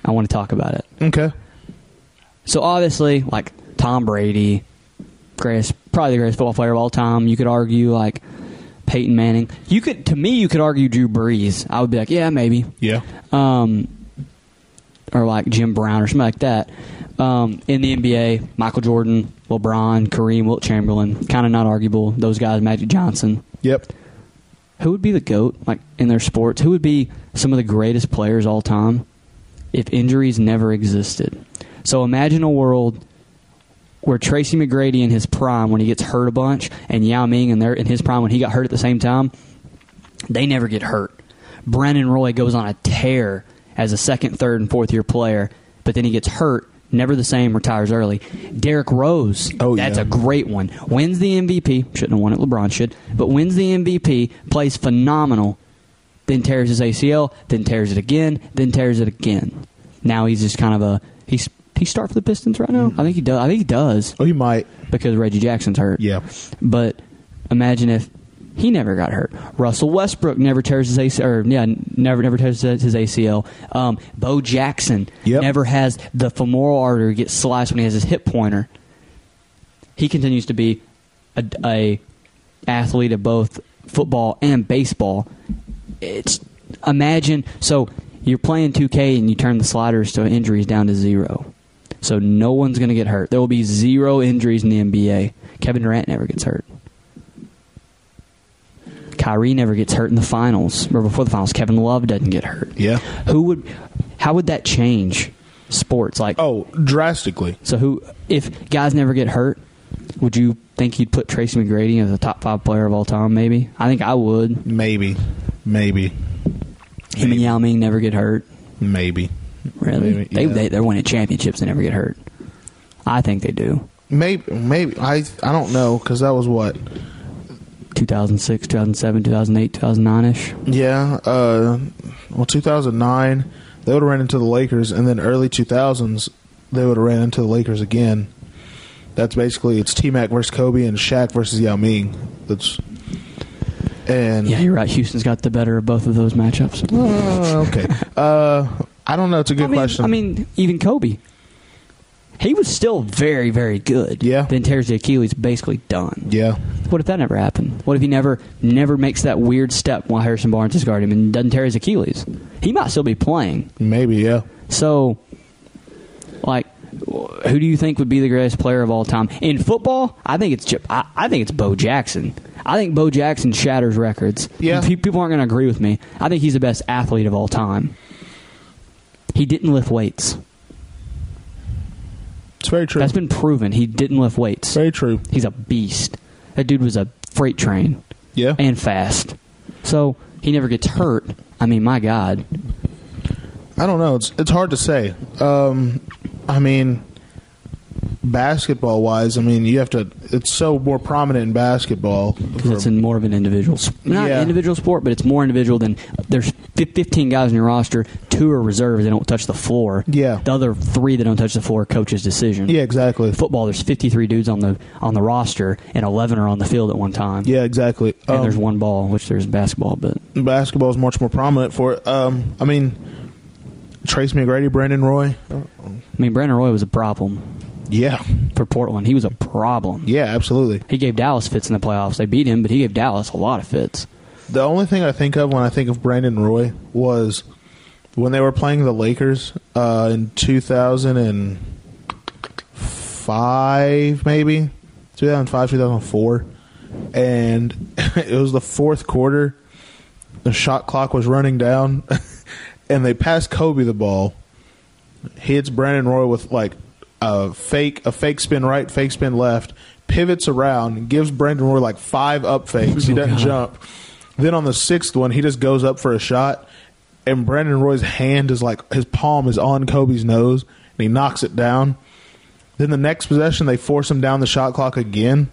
I want to talk about it." Okay. So obviously, like Tom Brady, greatest, probably the greatest football player of all time. You could argue like Peyton Manning. You could, to me, you could argue Drew Brees. I would be like, "Yeah, maybe." Yeah. um, or like Jim Brown or something like that. Um, in the NBA, Michael Jordan, LeBron, Kareem, Wilt Chamberlain, kind of not arguable. Those guys, Magic Johnson. Yep. Who would be the goat like in their sports? Who would be some of the greatest players all time if injuries never existed? So imagine a world where Tracy McGrady in his prime when he gets hurt a bunch and Yao Ming in their in his prime when he got hurt at the same time, they never get hurt. Brandon Roy goes on a tear as a second, third, and fourth year player, but then he gets hurt. Never the same. Retires early. Derrick Rose. Oh, that's yeah. a great one. Wins the MVP. Shouldn't have won it. LeBron should, but wins the MVP. Plays phenomenal. Then tears his ACL. Then tears it again. Then tears it again. Now he's just kind of a he's he start for the Pistons right Mm-hmm. now. I think he does. I think he does Oh, he might. because Reggie Jackson's hurt. Yeah. But imagine if he never got hurt. Russell Westbrook never tears his ACL. Or, yeah, never never tears his his ACL. Um, Bo Jackson Yep. never has the femoral artery get sliced when he has his hip pointer. He continues to be a, a athlete of both football and baseball. It's imagine so you're playing 2K and you turn the sliders to injuries down to zero. So no one's going to get hurt. There will be zero injuries in the NBA. Kevin Durant never gets hurt. Kyrie never gets hurt in the finals or before the finals. Kevin Love doesn't get hurt. Yeah. Who would? How would that change sports? Like, Oh, drastically. so who? If guys never get hurt, would you think you'd put Tracy McGrady as a top five player of all time? Maybe. I think I would. Him Maybe. Maybe. and Maybe. Yao Ming never get hurt. Maybe. Really? Maybe, they, yeah. they they're winning championships. They never get hurt. I think they do. Maybe. Maybe. I. I don't know because that was what. 2006, 2007, 2008, 2009 ish. Mm-hmm. Yeah. Uh, well, 2009, they would have ran into the Lakers, and then early 2000s, they would have ran into the Lakers again. That's basically it's T Mac versus Kobe and Shaq versus Yao Ming. That's and Yeah, you're right. Houston's got the better of both of those matchups. Uh, okay. Uh, I don't know. It's a good I mean, question. I mean, even Kobe. He was still very, very good. Yeah. Then tears the Achilles, basically done. yeah. What if that never happened? What if he never, never makes that weird step while Harrison Barnes is guarding him and doesn't tear his Achilles? He might still be playing. Maybe. Yeah. So, like, wh- who do you think would be the greatest player of all time in football? I think it's Chip. I, I think it's Bo Jackson. I think Bo Jackson shatters records. Yeah. Pe- people aren't going to agree with me. I think he's the best athlete of all time. He didn't lift weights. It's very true. That's been proven. He didn't lift weights. very true. He's a beast. That dude was a freight train Yeah. and fast. So he never gets hurt. I mean, my God. I don't know. It's it's hard to say. Um, I mean, basketball wise, I mean you have to. It's so more prominent in basketball. Because it's in more of an individual, s- not Yeah. individual sport, but it's more individual than there's fif- 15 guys in your roster, two are reserves, they don't touch the floor. Yeah. the other three that don't touch the floor, coach's decision. yeah, exactly. football, there's 53 dudes on the on the roster, and 11 are on the field at one time. Yeah, exactly. and Um, there's one ball, which there's basketball, but basketball is much more prominent for it. Um, I mean, Trace McGrady, Brandon Roy. I mean, Brandon Roy was a problem Yeah, for Portland. He was a problem. yeah, absolutely. He gave Dallas fits in the playoffs. They beat him, but he gave Dallas a lot of fits. The only thing I think of when I think of Brandon Roy was when they were playing the Lakers uh, in 2005, maybe 2005, 2004, and it was the fourth quarter. The shot clock was running down, and they passed Kobe the ball. Hits Brandon Roy with like a fake, a fake spin right, fake spin left, pivots around, gives Brandon Roy like five up fakes. He Oh, doesn't God. jump up. Then on the sixth one, he just goes up for a shot, and Brandon Roy's hand is like his palm is on Kobe's nose, and he knocks it down. Then the next possession, they force him down the shot clock again,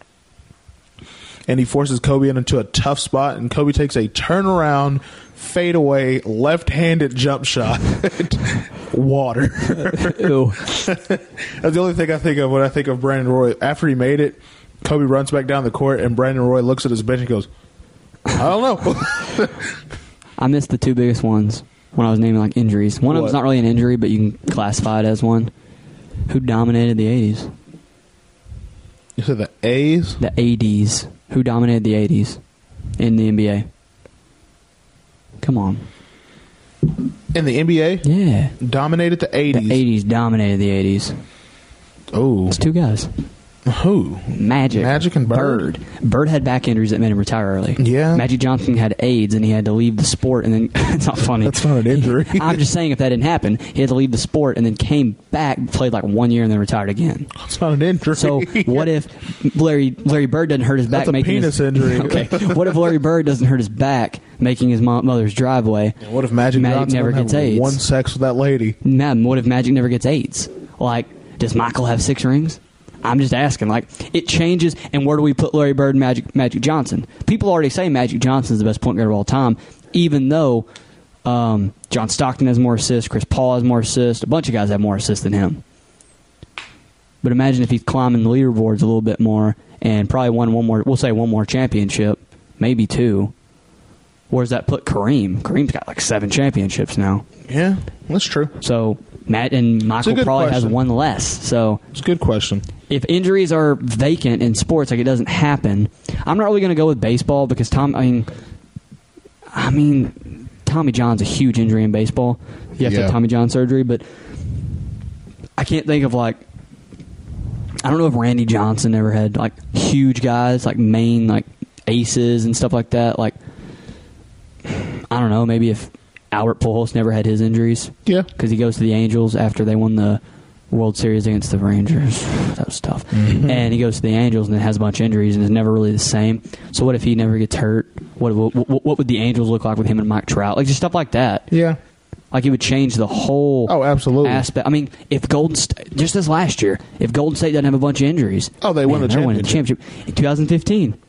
and he forces Kobe into a tough spot, and Kobe takes a turnaround, fadeaway, left-handed jump shot, water. Ew. That's the only thing I think of when I think of Brandon Roy. After he made it, Kobe runs back down the court, and Brandon Roy looks at his bench and goes, "I don't know." I missed the two biggest ones when I was naming like injuries. One of What? them's not really an injury, but you can classify it as one. Who dominated the '80s? You said the A's? The '80s. Who dominated the '80s in the NBA? Come on. In the NBA? Yeah. Dominated the The 80s. '80s dominated the '80s. Oh. It's two guys. Who? Magic. Magic and Bird. Bird. Bird had back injuries that made him retire early. Yeah. Magic Johnson had AIDS and he had to leave the sport and then it's not funny. That's not an injury. I'm just saying if that didn't happen, he had to leave the sport and then came back, played like one year and then retired again. It's not an injury. So what if Larry Larry Bird doesn't hurt his back That's a making penis his, injury. Okay. What if Larry Bird doesn't hurt his back making his mo- mother's driveway? What if Magic, Magic Johnson never had gets AIDS? one sex with that lady? Man, what if Magic never gets eights? Like, does Michael have six rings? I'm just asking. Like, it changes. And where do we put Larry Bird, and Magic, Magic Johnson? People already say Magic Johnson's the best point guard of all time, even though um, John Stockton has more assists, Chris Paul has more assists, a bunch of guys have more assists than him. But imagine if he's climbing the leaderboards a little bit more and probably won one more. We'll say one more championship, maybe two. Where does that put Kareem? Kareem's got like seven championships now. Yeah, that's true. So Matt and Michael good probably has question. one less. So It's a good question. if injuries are vacant in sports, like it doesn't happen. I'm not really going to go with baseball because Tom. I mean, I mean, Tommy John's a huge injury in baseball. You have to Yeah. have Tommy John surgery, but I can't think of like. I don't know if Randy Johnson ever had like huge guys like main like aces and stuff like that. Like, I don't know. Maybe if Albert Pujols never had his injuries Yeah. because he goes to the Angels after they won the World Series against the Rangers. That was tough. And he goes to the Angels and then has a bunch of injuries and is never really the same. So what if he never gets hurt? What what, what what would the Angels look like with him and Mike Trout? Like just stuff like that. Yeah. Like it would change the whole Oh, absolutely. aspect. I mean, if Golden State just this last year, if Golden State doesn't have a bunch of injuries, Oh, they won man, the they're winning the championship. championship in 2015.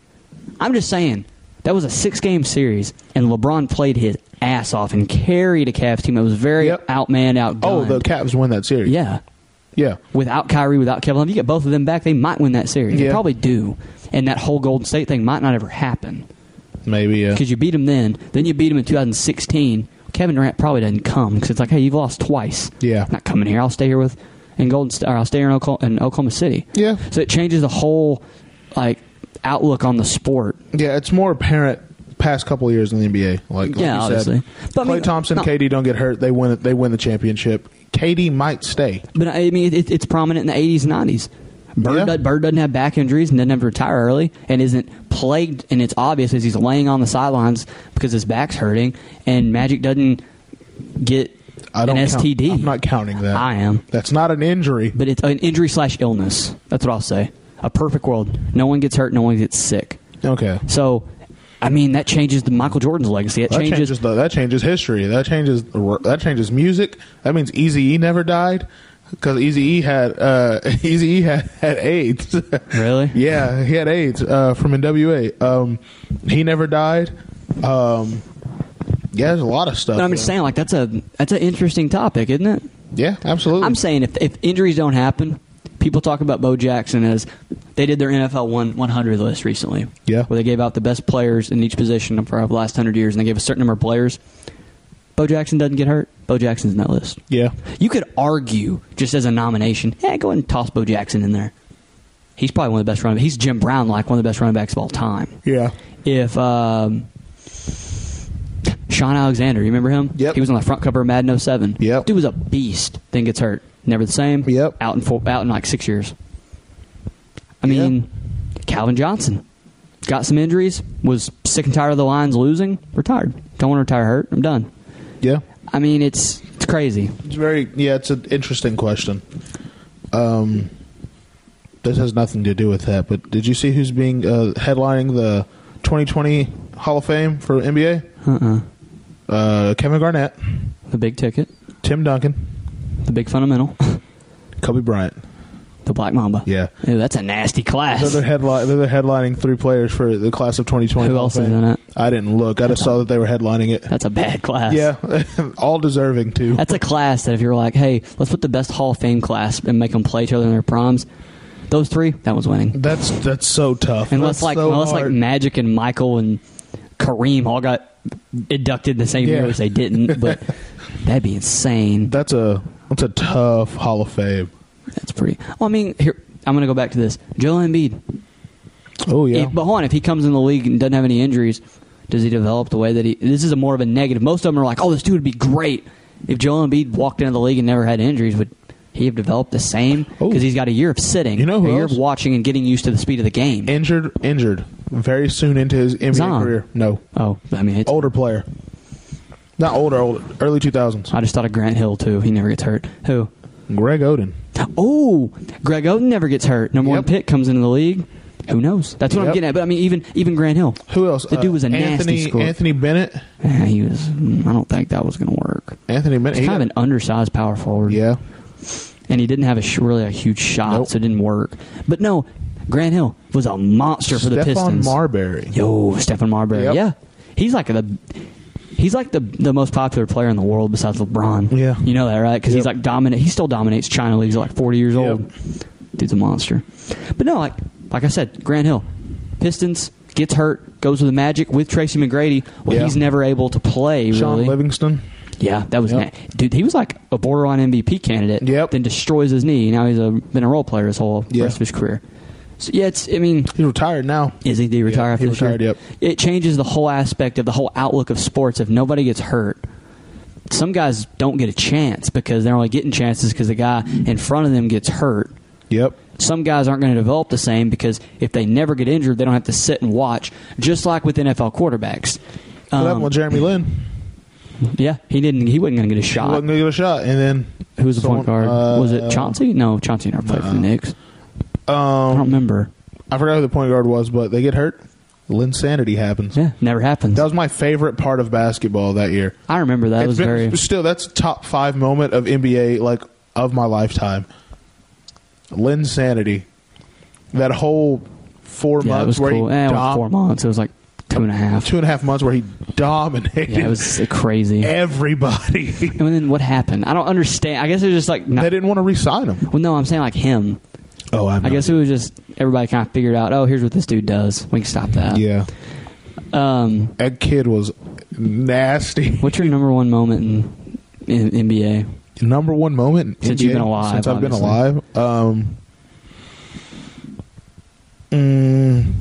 I'm just saying that was a six game series, and LeBron played his ass off and carried a Cavs team that was very Yep. outmanned, outgunned. Oh, the Cavs win that series. yeah. Yeah. Without Kyrie, without Kevin Love, you get both of them back, they might win that series. They Yeah. probably do, and that whole Golden State thing might not ever happen Maybe. Yeah. because you beat them then. Then you beat them in 2016. Kevin Durant probably doesn't come because it's like, hey, you've lost twice. Yeah. not coming here. I'll stay here with in Golden. Sta- Or I'll stay here in Oklahoma, in Oklahoma City. Yeah. So it changes the whole like outlook on the sport. Yeah. It's more apparent past couple of years in the NBA. Like, like Yeah, you obviously. said, But I Klay mean, Thompson, no. KD don't get hurt. They win. it. They win the championship. KD might stay. But I mean, it, it's prominent in the 80s and 90s. Bird, Yeah. does, Bird doesn't have back injuries and doesn't have to retire early and isn't plagued. And it's obvious as he's laying on the sidelines because his back's hurting. And Magic doesn't get I don't. an count- STD. I'm not counting that. I am. That's not an injury. but it's an injury slash illness. That's what I'll say. A perfect world. No one gets hurt. No one gets sick. Okay. So, I mean, that changes the Michael Jordan's legacy. It That changes, changes. the, that changes history. That changes that changes music. That means Easy E never died because Easy E had uh, Easy E had, had AIDS. Really? yeah, he had AIDS uh, from NWA. Um, he never died. Um, yeah, there's a lot of stuff. But I'm just saying, like that's a that's an interesting topic, isn't it? Yeah, absolutely. I'm saying if if injuries don't happen, people talk about Bo Jackson as they did their NFL one 100 list recently. Yeah. where they gave out the best players in each position for the last hundred years, and they gave a certain number of players. Bo Jackson doesn't get hurt. Bo Jackson's in that list. yeah, You could argue just as a nomination. Yeah, go ahead and toss Bo Jackson in there. He's probably one of the best running. He's Jim Brown like one of the best running backs of all time. yeah. If um, Sean Alexander, you remember him? Yep. He was on the front cover of Madden 07. Yep. Dude was a beast. Then gets hurt. Never the same. Yep. Out in four, out in like six years. I mean, Calvin Johnson got some injuries. Was sick and tired of the Lions losing. Retired. Don't want to retire hurt. I'm done. Yeah, I mean, it's it's crazy. it's very yeah. It's an interesting question. Um, this has nothing to do with that. But did you see who's being uh, headlining the 2020 Hall of Fame for NBA? Uh-uh. uh, Kevin Garnett, The big ticket. Tim Duncan, The big fundamental. Kobe Bryant. the Black Mamba. Yeah. Ew, that's a nasty They're class. the, headli- they're the headlining three players for the class of 2020. Who Hall of else is Fame. in it? I didn't look. I just saw that they were headlining it. That's a bad class. Yeah, all deserving too. That's a class that if you're like, hey, let's put the best Hall of Fame class and make them play each other in their proms, those three, that was winning. That's that's so tough. Unless That's like so unless like hard. Magic and Michael and Kareem all got inducted the same Yeah. year, which they didn't, but that'd be insane. that's a that's a tough Hall of Fame. That's pretty. Well, I mean, here I'm going to go back to this. Joel Embiid. Oh yeah, If, but hold on, if he comes in the league and doesn't have any injuries, does he develop the way that he? This is a more of a negative. Most of them are like, "Oh, this dude would be great if Joel Embiid walked into the league and never had injuries." Would he have developed the same Oh. because he's got a year of sitting, You know who a year else? of watching and getting used to the speed of the game. Injured, injured. Very soon into his NBA Zion. career. No, oh, I mean, it's, older player. Not older, older. Early two thousands. I just thought of Grant Hill too. He never gets hurt. Who? Greg Oden. Oh, Greg Oden never gets hurt. Number one Yep. pick comes into the league. Who knows? That's what I'm Yep. getting at. But I mean, even even Grant Hill. Who else? Uh, The dude was a Anthony, nasty scorer. Anthony Bennett. Yeah, he was. mm, I don't think that was going to work. Anthony Bennett. He's he kind of an got- undersized power forward. yeah. and he didn't have a sh- really a huge shot, Nope. so it didn't work. But no, Grant Hill was a monster for the Stephon Pistons. Marbury. Yo, Stephen Marbury. Yep. Yeah, he's like the he's like the the most popular player in the world besides LeBron. Yeah. you know that right? Because he's Yep. like dominant. He still dominates China leagues. at like forty years Yep. old. Dude's a monster. But no, like like I said, Grant Hill, Pistons gets hurt, goes with the Magic with Tracy McGrady. Well, Yeah. he's never able to play. Sean really, Livingston. yeah, that was Yep. na- dude. He was like a borderline MVP candidate. Yep. Then destroys his knee. Now he's a, been a role player his whole Yeah. rest of his career. So yeah, it's. I mean, He's retired now. is he did he retire Yeah, after he this retired, year? yep. It changes the whole aspect of the whole outlook of sports. If nobody gets hurt, some guys don't get a chance because they're only getting chances because the guy in front of them gets hurt. Yep. Some guys aren't going to develop the same because if they never get injured, they don't have to sit and watch. Just like with NFL quarterbacks. What Um, happened with Jeremy Lin? yeah, he didn't. He wasn't going to get a shot. He wasn't gonna give it a shot, and then Who was the someone- point guard? uh, was it Chauncey? No, Chauncey never played for the Knicks. I don't Um, remember. I forgot who the point guard was, but they get hurt. Lin sanity happens. Yeah, never happened. That was my favorite part of basketball that year. I remember that. It It's was been- very. still that's top five moment of NBA like of my lifetime. Lin sanity. That whole four Yeah, it was months where cool. he Eh, it was dom- four months. It was like two and a half. two and a half months where he dominated Yeah, it was crazy. And everybody. then what happened? I don't understand. I guess it was just like. Not, they didn't want to re-sign him. well, no, I'm saying like him. Oh, I guess it was just everybody kind of figured out. Oh, here's what this dude does. We can stop that. yeah. Um, That kid was nasty. what's your number one moment in, in NBA? number one moment in Since you've NBA? been alive, Since I've obviously. been alive. Um, mm,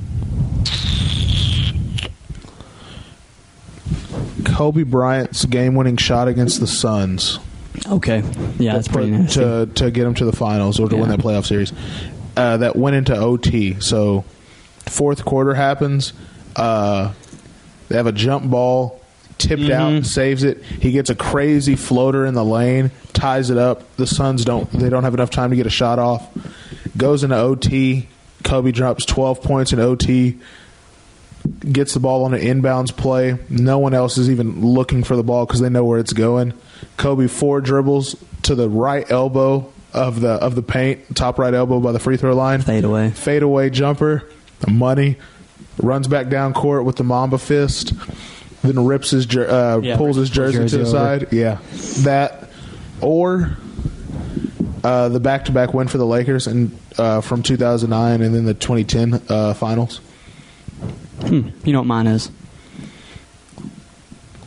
Kobe Bryant's game-winning shot against the Suns. Okay. Yeah, that's pretty For- nasty. to to get them to the finals or to win Yeah. that playoff series. Uh, that went into OT. So fourth quarter happens. Uh, they have a jump ball tipped Mm-hmm. out, saves it. He gets a crazy floater in the lane, ties it up. The Suns don't they don't have enough time to get a shot off. Goes into OT. Kobe drops 12 points in OT. Gets the ball on an inbounds play. No one else is even looking for the ball because they know where it's going. Kobe four dribbles to the right elbow of the of the paint, top right elbow by the free throw line Fade away. fadeaway jumper, money, runs back down court with the Mamba fist, then rips his jer- uh, Yeah, pulls his pulls jersey, jersey to the over. side. Yeah, that or uh, the back to back win for the Lakers and uh, from 2009 and then the 2010 uh, finals. You know what mine is?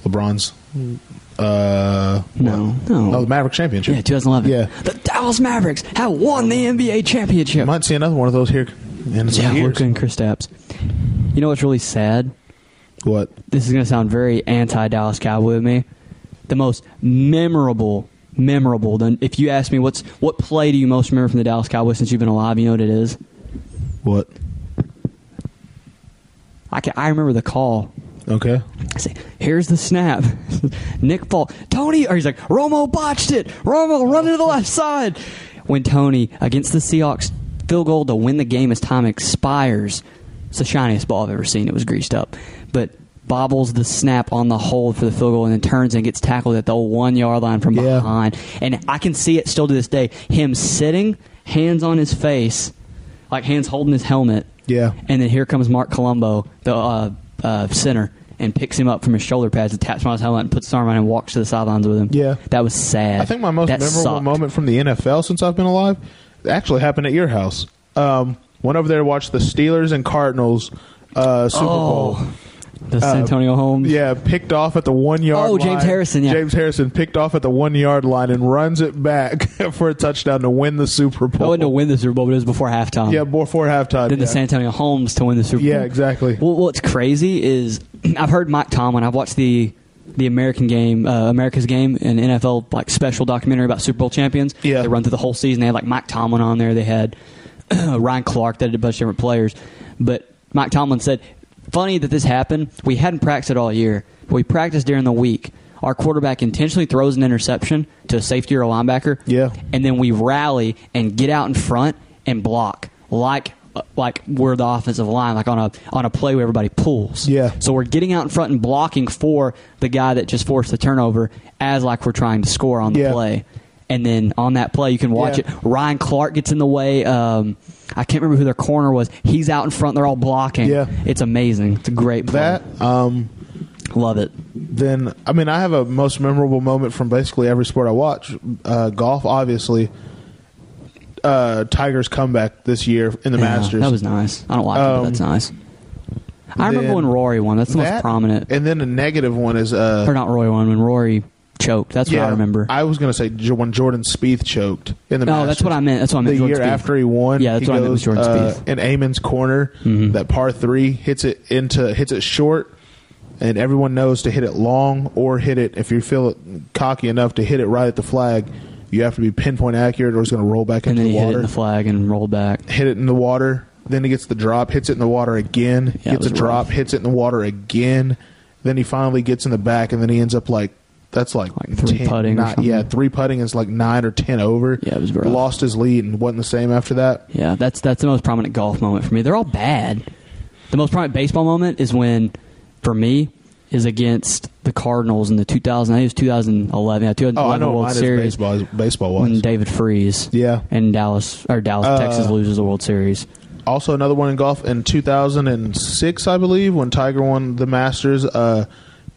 LeBron's. Uh, No. No. Oh, the Maverick championship. Yeah, 2011. Yeah. The Dallas Mavericks have won the NBA championship. Might see another one of those here. And it's yeah, years. Luka and Chris You know what's really sad? What? This is going to sound very anti Dallas Cowboy of me. The most memorable, memorable. Then, if you ask me, what's what play do you most remember from the Dallas Cowboys since you've been alive? You know what it is. What? I can, I remember the call. Okay. I say, here's the snap. Nick Paul, Tony, or he's like, Romo botched it. Romo, run to the left side. When Tony, against the Seahawks, field goal to win the game as time expires. It's the shiniest ball I've ever seen. It was greased up. But bobbles the snap on the hold for the field goal and then turns and gets tackled at the one yard line from Yeah. behind. And I can see it still to this day. Him sitting, hands on his face, like hands holding his helmet. Yeah. And then here comes Mark Colombo, the uh, uh, center, and picks him up from his shoulder pads, attaches him on his helmet, and puts his arm on him and walks to the sidelines with him. Yeah. That was sad. I think my most That memorable sucked. moment from the NFL since I've been alive actually happened at your house. Um, went over there to watch the Steelers and Cardinals uh, Super Bowl. Uh, Um, Oh. The San Antonio Holmes. Yeah, picked off at the one yard. Oh, James line. Harrison, yeah. James Harrison picked off at the one yard line and runs it back for a touchdown to win the Super I Bowl. wouldn't Oh, to win the Super Bowl, but it was before halftime. Yeah, before halftime. Then yeah. the San Antonio Holmes to win the Super Yeah, Bowl. exactly. Well, what's crazy is I've heard Mike Tomlin. I've watched the the American Game, uh, America's Game, an NFL like special documentary about Super Bowl champions. Yeah. they run through the whole season. They had like Mike Tomlin on there. They had Ryan Clark. They had a bunch of different players. But Mike Tomlin said, "Funny that this happened. We hadn't practiced it all year. but We practiced during the week." Our quarterback intentionally throws an interception to a safety or a linebacker, Yeah. and then we rally and get out in front and block like like we're the offensive line, like on a on a play where everybody pulls. Yeah. So we're getting out in front and blocking for the guy that just forced the turnover, as like we're trying to score on the Yeah. play. And then on that play, you can watch Yeah. it. Ryan Clark gets in the way. Um, I can't remember who their corner was. He's out in front. They're all blocking. Yeah. It's amazing. It's a great play. That um, Love it. then I mean I have a most memorable moment from basically every sport I watch. Uh, golf, obviously. Uh, Tiger's comeback this year in the Yeah, Masters. That was nice. I don't like it, but Um, that's nice. I remember then when Rory won. That's the most That- prominent. And then the negative one is uh, or not Roy won when Rory choked. That's what I remember. I was going to say J- when Jordan Spieth choked in the. No, Masters. that's what I meant. That's what I meant, The Jordan year Spieth. after he won, Yeah, that's he what I meant was goes, Jordan uh, Spieth. Mm-hmm. in Amon's corner, that par three hits it into hits it short, and everyone knows to hit it long or hit it if you feel cocky enough to hit it right at the flag. You have to be pinpoint accurate, or it's going to roll back and into then the he hit it water. in the flag and rolled back. hit it in the water. Then he gets the drop, hits it in the water again, Yeah, it gets a was drop, rough. hits it in the water again. Then he finally gets in the back, and then he ends up like that's like, Like three putting or nine- something. yeah, three putting is like nine or ten over. Yeah, it was rough. lost his lead and wasn't the same after that. Yeah, that's that's the most prominent golf moment for me. They're all bad. The most prominent baseball moment is when, for me, is against the Cardinals in the 2000. I think it was 2011. Yeah, 2011 Oh, I know World mine is Series baseball. Baseball when was David Freeze. Yeah. And Dallas or Dallas, Uh, Texas loses the World Series. also another one in golf in 2006, I believe, when Tiger won the Masters. Uh,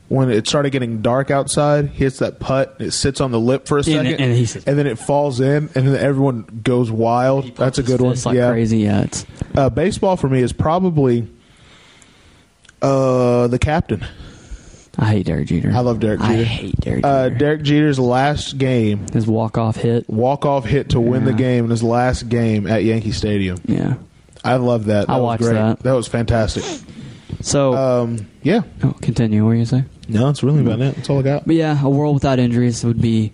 when it started getting dark outside, he hits that putt. and It sits on the lip for a second, and he says- and then it falls in, and then everyone goes wild. That's a good one. It's like yeah, crazy. Yeah, it's Uh, baseball for me is probably uh, the captain. I hate Derek Jeter. I love Derek Jeter. I hate Derek Uh, Jeter. Derek Jeter's last game, His walk off hit. walk off hit to win the Yeah. game in his last game at Yankee Stadium. Yeah. I love that. that I was watched great. that. was fantastic. So Um, yeah. oh, continue. What were you gonna say? No, that's really about it. That's all I got. But yeah, a world without injuries would be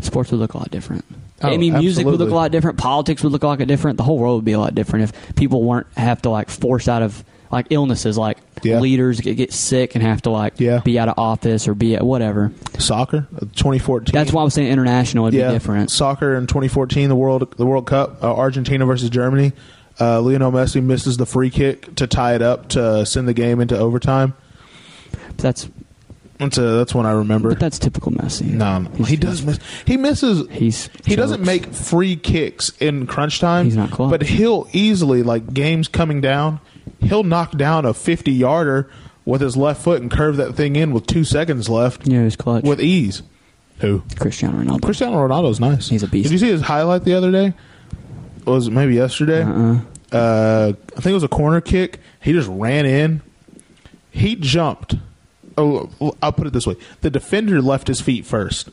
sports would look a lot different. Oh, I mean, music would look absolutely. a lot different. Politics would look a lot different. The whole world would be a lot different if people weren't have to like force out of like illnesses, like Yeah. leaders get, get sick and have to like Yeah. be out of office or be at whatever. Soccer, uh, 2014. That's why I was saying international would be different. Soccer in 2014, the World the World Cup, uh, Argentina versus Germany. Uh, Lionel Messi misses the free kick to tie it up to send the game into overtime. that's That's uh that's one I remember. but that's typical Messi. No, no. He's- he does miss. He misses. He's he doesn't jokes. make free kicks in crunch time. He's not close. But he'll easily like games coming down. He'll knock down a fifty yarder with his left foot and curve that thing in with two seconds left You know, he's clutch. with ease. Who? Cristiano Ronaldo. Cristiano Ronaldo's nice. He's a beast. Did you see his highlight the other day? Was it maybe yesterday? Uh-uh. Uh, I think it was a corner kick. He just ran in. He jumped. Oh, I'll put it this way: the defender left his feet first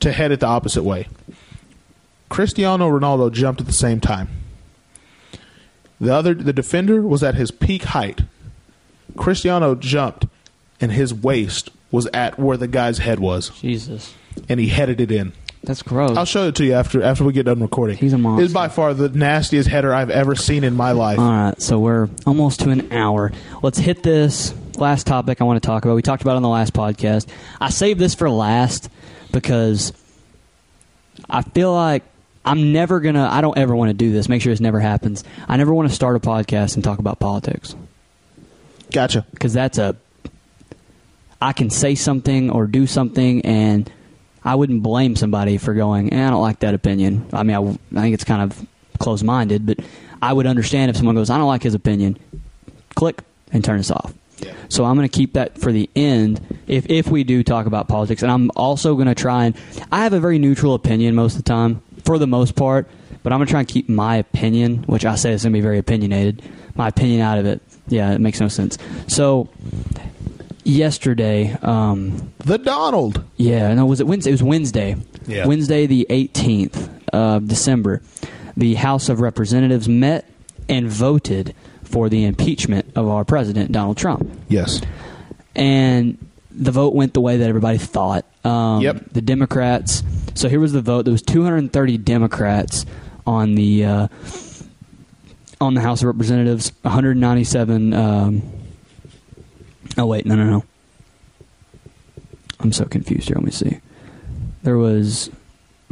to head it the opposite way. Cristiano Ronaldo jumped at the same time. The other, the defender was at his peak height. Cristiano jumped, and his waist was at where the guy's head was, Jesus, and he headed it in. that's gross. I'll show it to you after after we get done recording. He's a monster. Uh, It's by far the nastiest header I've ever seen in my life. All right, so we're almost to an hour. Let's hit this last topic I want to talk about. We talked about it on the last podcast. I saved this for last because I feel like I'm never going to, I don't ever want to do this. Make sure this never happens. I never want to start a podcast and talk about politics Gotcha. because that's a I can say something or do something, and I wouldn't blame somebody for going. Eh, I don't like that opinion. I mean, I, w- I think it's kind of close-minded, but I would understand if someone goes, "I don't like his opinion." Click and turn this off. So I'm going to keep that for the end if if we do talk about politics, and I'm also going to try and I have a very neutral opinion most of the time, for the most part. But I'm going to try and keep my opinion, which I say is going to be very opinionated, my opinion out of it. Yeah, it makes no sense. So yesterday, um, The Donald. yeah, no, was it Wednesday? It was Wednesday. Yeah. Wednesday, the 18th of December, the House of Representatives met and voted for the impeachment of our president, Donald Trump. Yes. And the vote went the way that everybody thought. Um, Yep. The Democrats. So here was the vote. There was 230 Democrats on the uh, on the House of Representatives. 197. Um, oh wait, no, no, no. I'm so confused here. Let me see. There was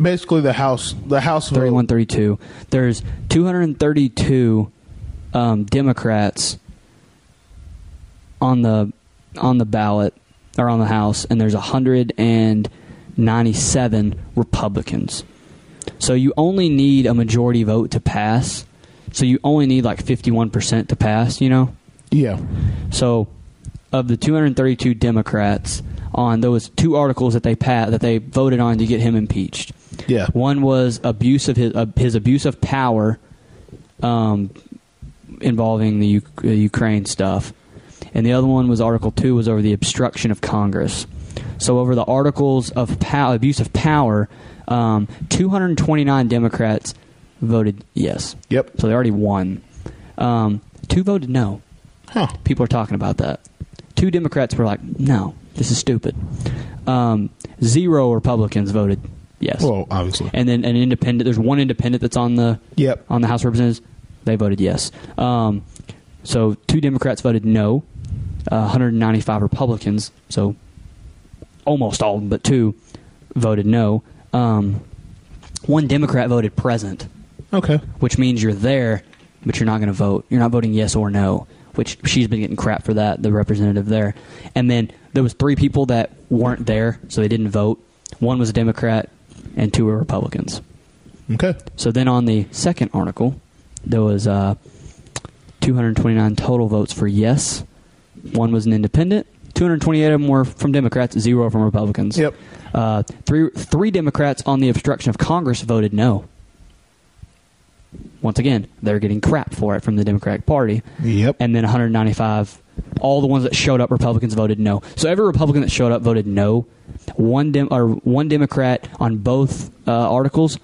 Basically, the house, the house vote- 31 32 there's 232 um, democrats on the on the ballot or on the house and there's 197 republicans so you only need a majority vote to pass so you only need like 51% to pass you know Yeah, so, of the 232 Democrats, on there was two articles that they pat that they voted on to get him impeached. Yeah. One was abuse of his uh, his abuse of power, um, involving the U- uh, Ukraine stuff, and the other one was Article Two was over the obstruction of Congress. So over the articles of pow- abuse of power, um, 229 Democrats voted yes. Yep. So they already won. Um, two voted no huh? people are talking about that. Two Democrats were like, "No, this is stupid." Um, zero Republicans voted yes, Well, obviously, and then an independent. There's one independent that's on the Yep. on the House of Representatives. They voted yes. Um, so two Democrats voted no. Uh, 195 Republicans, so almost all of them, but two voted no. Um, one Democrat voted present okay. which means you're there, but you're not going to vote. You're not voting yes or no, which she's been getting crap for that, the representative there. And then there was three people that weren't there, so they didn't vote. One was a Democrat and two were Republicans. Okay. So then on the second article, there was uh, 229 total votes for yes. One was an independent. 228 of them were from Democrats, zero from Republicans. Yep. Uh, three three Democrats on the obstruction of Congress voted no. Once again, they're getting crap for it from the Democratic Party. Yep. And then 195, all the ones that showed up, Republicans voted no. So every Republican that showed up voted no. One dem- or one Democrat on both uh, articles,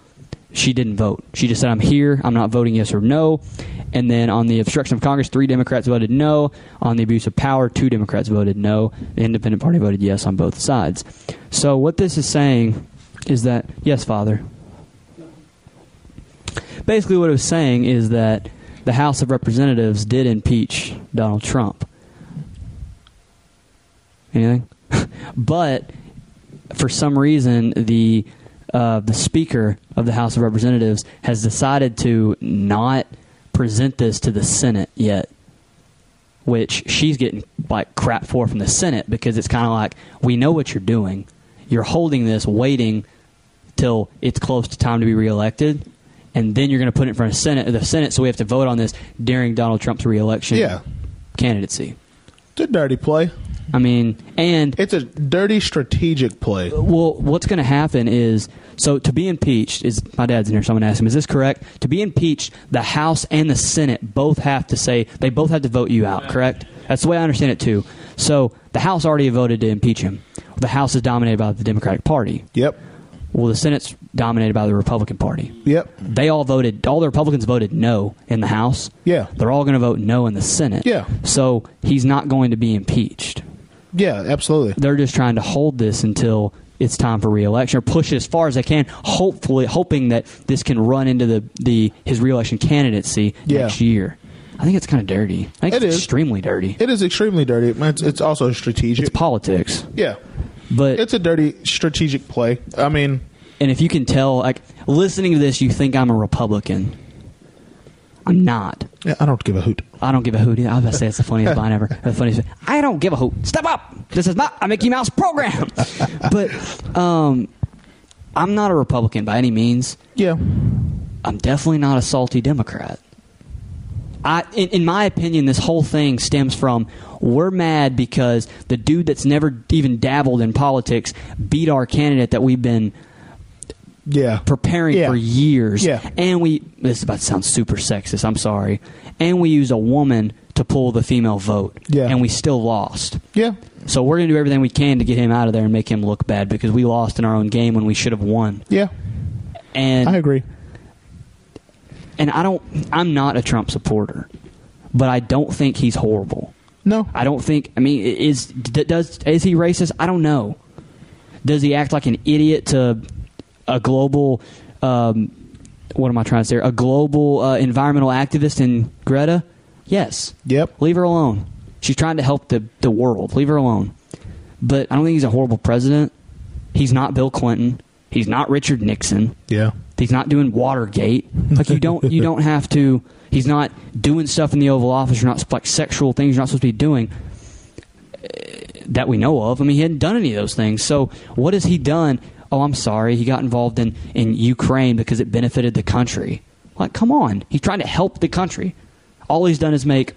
she didn't vote. She just said, "I'm here. I'm not voting yes or no." And then on the obstruction of Congress, three Democrats voted no. On the abuse of power, two Democrats voted no. The Independent Party voted yes on both sides. So what this is saying is that yes, Father, basically what it was saying is that the House of Representatives did impeach Donald Trump. Anything? but for some reason, the uh, the Speaker of the House of Representatives has decided to not present this to the Senate yet which she's getting like crap for from the Senate because it's kind of like we know what you're doing. You're holding this, waiting till it's close to time to be reelected, and then you're going to put it in front of Senate, the Senate, so we have to vote on this during Donald Trump's reelection Yeah. candidacy. It's a dirty play. I mean, and It's a dirty strategic play. well, what's going to happen is so to be impeached is my dad's in here, so I'm going to ask him: Is this correct? To be impeached, the House and the Senate both have to say they both have to vote you out. Correct? That's the way I understand it too. So the House already voted to impeach him. The House is dominated by the Democratic Party. Yep. Well, the Senate's dominated by the Republican Party. Yep. They all voted. All the Republicans voted no in the House. Yeah. They're all going to vote no in the Senate. Yeah. So he's not going to be impeached Yeah. Absolutely. they're just trying to hold this until it's time for reelection or push it as far as they can, hopefully hoping that this can run into the, the his reelection candidacy Yeah. next year. I think it's kind of dirty. I think It it's is. extremely dirty. It is extremely dirty. It's, it's also strategic. it's politics, yeah. but It's a dirty strategic play. I mean, and if you can tell, like listening to this, you think I'm a Republican. I'm not. yeah, I don't give a hoot. I don't give a hoot. Either. I was about to say it's the funniest line ever. The funniest. I don't give a hoot. Step up. This is not a Mickey Mouse program. but um, I'm not a Republican by any means. Yeah. I'm definitely not a salty Democrat. I, in, in my opinion, this whole thing stems from we're mad because the dude that's never even dabbled in politics beat our candidate that we've been Yeah. preparing Yeah. for years. Yeah. And we, this is about to sound super sexist, I'm sorry. And we used a woman to pull the female vote. Yeah. And we still lost. Yeah. So we're going to do everything we can to get him out of there and make him look bad because we lost in our own game when we should have won. Yeah. And I agree. and I don't I'm not a Trump supporter, but I don't think he's horrible. No. I don't think. I mean, is d- does is he racist? I don't know. Does he act like an idiot to a global? Um, what am I trying to say? A global uh, environmental activist in Greta? Yes. Yep. Leave her alone. She's trying to help the the world. Leave her alone. But I don't think he's a horrible president. He's not Bill Clinton. He's not Richard Nixon. Yeah. He's not doing Watergate. Like you don't you don't have to. He's not doing stuff in the Oval Office. You're not like sexual things. You're not supposed to be doing uh, that we know of. I mean, he hadn't done any of those things. So what has he done? Oh, I'm sorry. He got involved in in Ukraine because it benefited the country. Like, come on. He's trying to help the country. All he's done is make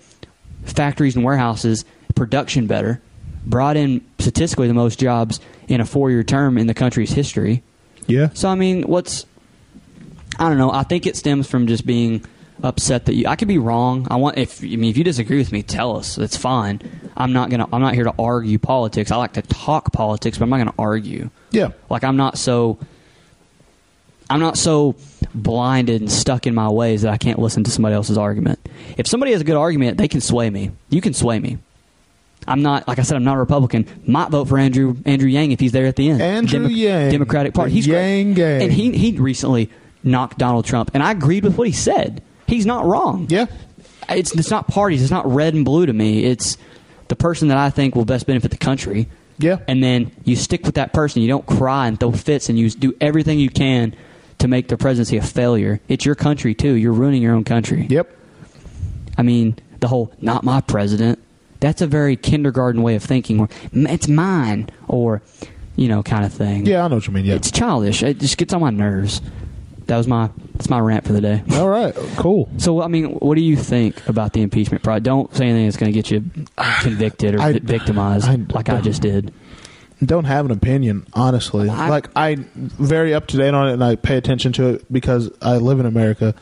factories and warehouses production better. Brought in statistically the most jobs in a four year term in the country's history. Yeah. So I mean, what's I don't know. I think it stems from just being upset that you. I could be wrong. I want if I mean if you disagree with me, tell us. That's fine. I'm not gonna. I'm not here to argue politics. I like to talk politics, but I'm not gonna argue. Yeah. Like I'm not so. I'm not so blinded and stuck in my ways that I can't listen to somebody else's argument. If somebody has a good argument, they can sway me. You can sway me. I'm not, like I said, I'm not a Republican. Might vote for Andrew Andrew Yang if he's there at the end. Andrew Yang. Democratic Party. The He's great. Yang gang. and he he recently knocked Donald Trump, and I agreed with what he said. He's not wrong. Yeah. it's it's not parties. It's not red and blue to me. It's the person that I think will best benefit the country. Yeah. and then you stick with that person. You don't cry and throw fits, and you do everything you can to make the presidency a failure. It's your country too. You're ruining your own country. Yep. I mean, the whole "not my president." That's a very kindergarten way of thinking, or "M- "it's mine," or you know, kind of thing. Yeah, I know what you mean. Yeah. it's childish. It just gets on my nerves. That was my that's my rant for the day. All right. Cool. So, I mean, what do you think about the impeachment? Probably don't say anything that's going to get you convicted or I- vi- victimized, I like I don't- just did. Don't have an opinion, honestly. I- like I very up to date on it, and I pay attention to it because I live in America,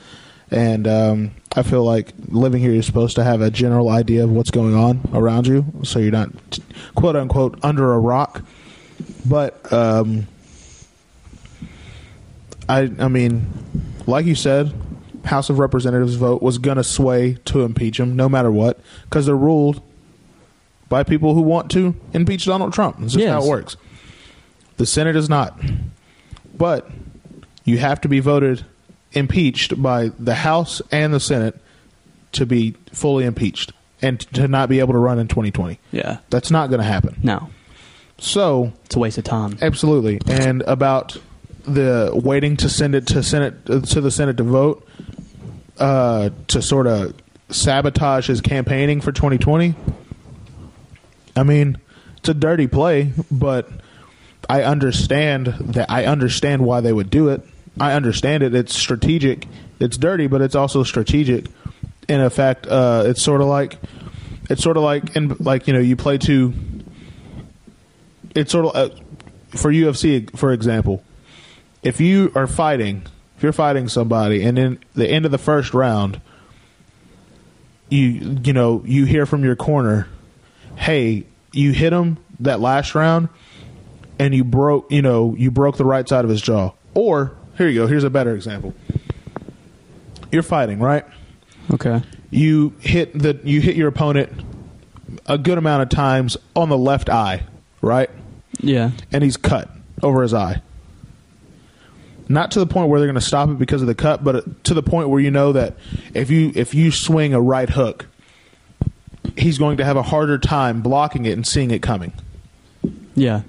and um, I feel like living here, you're supposed to have a general idea of what's going on around you, so you're not quote unquote under a rock. But um, I, I mean, like you said, House of Representatives vote was gonna sway to impeach him, no matter what, because they're ruled by people who want to impeach Donald Trump. That's just how Yes. it works. The Senate is not. But you have to be voted impeached by the House and the Senate to be fully impeached and to not be able to run in 2020. Yeah. That's not going to happen. No, So, it's a waste of time. absolutely. And about the waiting to send it to Senate uh, to the Senate to vote uh, to sort of sabotage his campaigning for 2020. I mean, it's a dirty play, but I understand that I understand why they would do it. I understand it. It's strategic. It's dirty, but it's also strategic. In effect, uh, it's sort of like it's sort of like and like you know you play to. It's sort of uh, for UFC, for example, if you are fighting, if you're fighting somebody, and in the end of the first round, you you know you hear from your corner, hey, you hit him that last round, and you broke you know you broke the right side of his jaw. Or here you go. Here's a better example. You're fighting, right? Okay. you hit the you hit your opponent a good amount of times on the left eye, right? Yeah. And he's cut over his eye. Not to the point where they're going to stop it because of the cut, but to the point where you know that if you if you swing a right hook, he's going to have a harder time blocking it and seeing it coming. Yeah.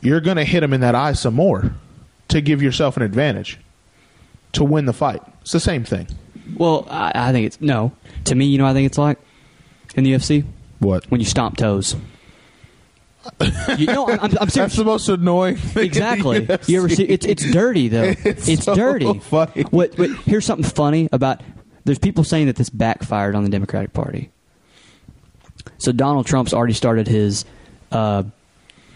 You're going to hit him in that eye some more to give yourself an advantage to win the fight. It's the same thing. Well, I, I think it's no. To me, you know, what I think it's like in the UFC What? when you stomp toes. you know, I'm, I'm, I'm serious. That's the most annoying thing. in the Exactly. You ever UFC. see? It's it's dirty though. It's, It's so dirty. funny. What, what? Here's something funny about. There's people saying that this backfired on the Democratic Party. So Donald Trump's already started his uh,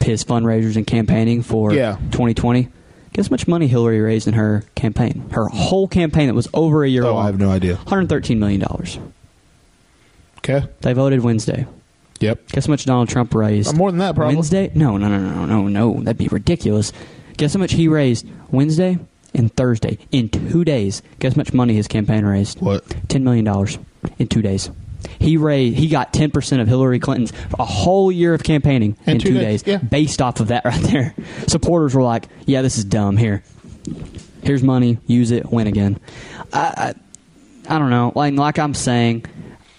his fundraisers and campaigning for Yeah. 2020. Guess how much money Hillary raised in her campaign? Her whole campaign that was over a year Oh, I long. have no idea. 113 million dollars. Okay. They voted Wednesday. Yep. Guess how much Donald Trump raised? Uh, more than that, probably. Wednesday? No, no, no, no, no, no. That'd be ridiculous. Guess how much he raised Wednesday and Thursday in two days. Guess how much money his campaign raised? What? Ten million dollars in two days. He raised, he got ten percent of Hillary Clinton's a whole year of campaigning In in two two, days, days, yeah. based off of that right there. Supporters were like, "Yeah, this is dumb. Here, here's money. Use it. Win again." I don't know. Like like I'm saying,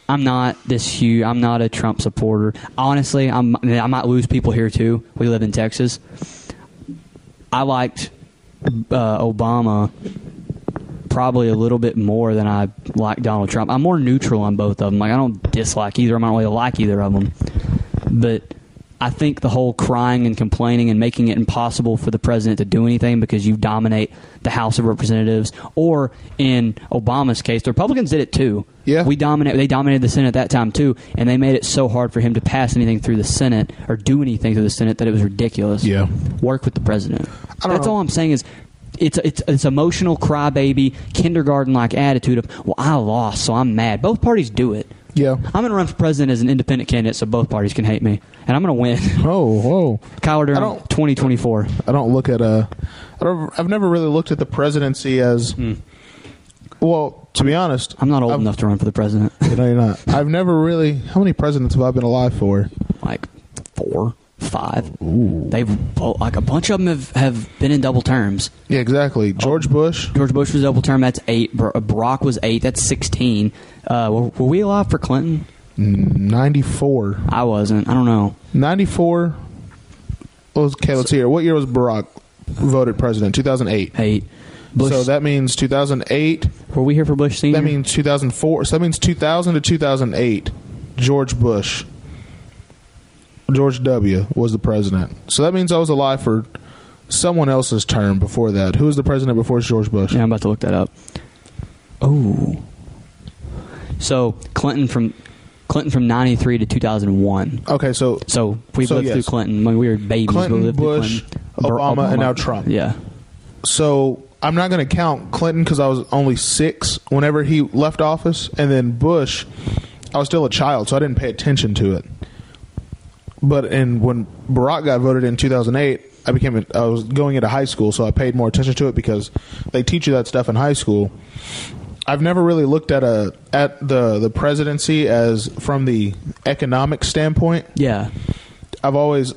I'm not this huge. I'm not a Trump supporter. Honestly, I'm. I, mean, I might lose people here too. We live in Texas. I liked uh, Obama probably a little bit more than I like Donald Trump. I'm more neutral on both of them. Like I don't dislike either. of 'em. I don't really like either of them. But I think the whole crying and complaining and making it impossible for the president to do anything because you dominate the House of Representatives, or in Obama's case, the Republicans did it too. Yeah. we dominate. They dominated the Senate at that time too, and they made it so hard for him to pass anything through the Senate or do anything through the Senate that it was ridiculous. Yeah. work with the president. don't That's know. all I'm saying is it's it's it's emotional crybaby kindergarten like attitude of well I lost so I'm mad. Both parties do it. Yeah. I'm gonna run for president as an independent candidate so both parties can hate me and I'm gonna win. Oh, whoa! Kyler I Durham don't- 2024. I don't look at uh, I don't, I've never really looked at the presidency as. Well, to be honest, I'm not old I've- enough to run for the president. No, you're not. I've never really. How many presidents have I been alive for? like four, five. They've bo- like a bunch of them have, have been in double terms. Yeah, exactly. George Bush. George Bush was double term. That's eight. Bar- Barack was eight. That's sixteen. Uh, were, were we alive for Clinton? 94. I wasn't. I don't know. 94. Okay, let's hear. What year was Barack voted president? 2008. Eight. Bush. So that means 2008. were we here for Bush Senior? That means 2004. So that means 2000 to 2008. George Bush. George W. was the president. So that means I was alive for someone else's term before that. Who was the president before George Bush? Yeah, I'm about to look that up. Oh. So Clinton from Clinton from '93 to 2001. Okay, so So we've So, lived yes. through Clinton when we were babies. Clinton, we lived through Bush, Clinton, Obama, and now Trump. Yeah, so I'm not going to count Clinton because I was only six whenever he left office, and then Bush, I was still a child, so I didn't pay attention to it. But and when Barack got voted in 2008, I became a, I was going into high school, so I paid more attention to it because they teach you that stuff in high school. I've never really looked at a at the the presidency as from the economic standpoint. yeah. I've always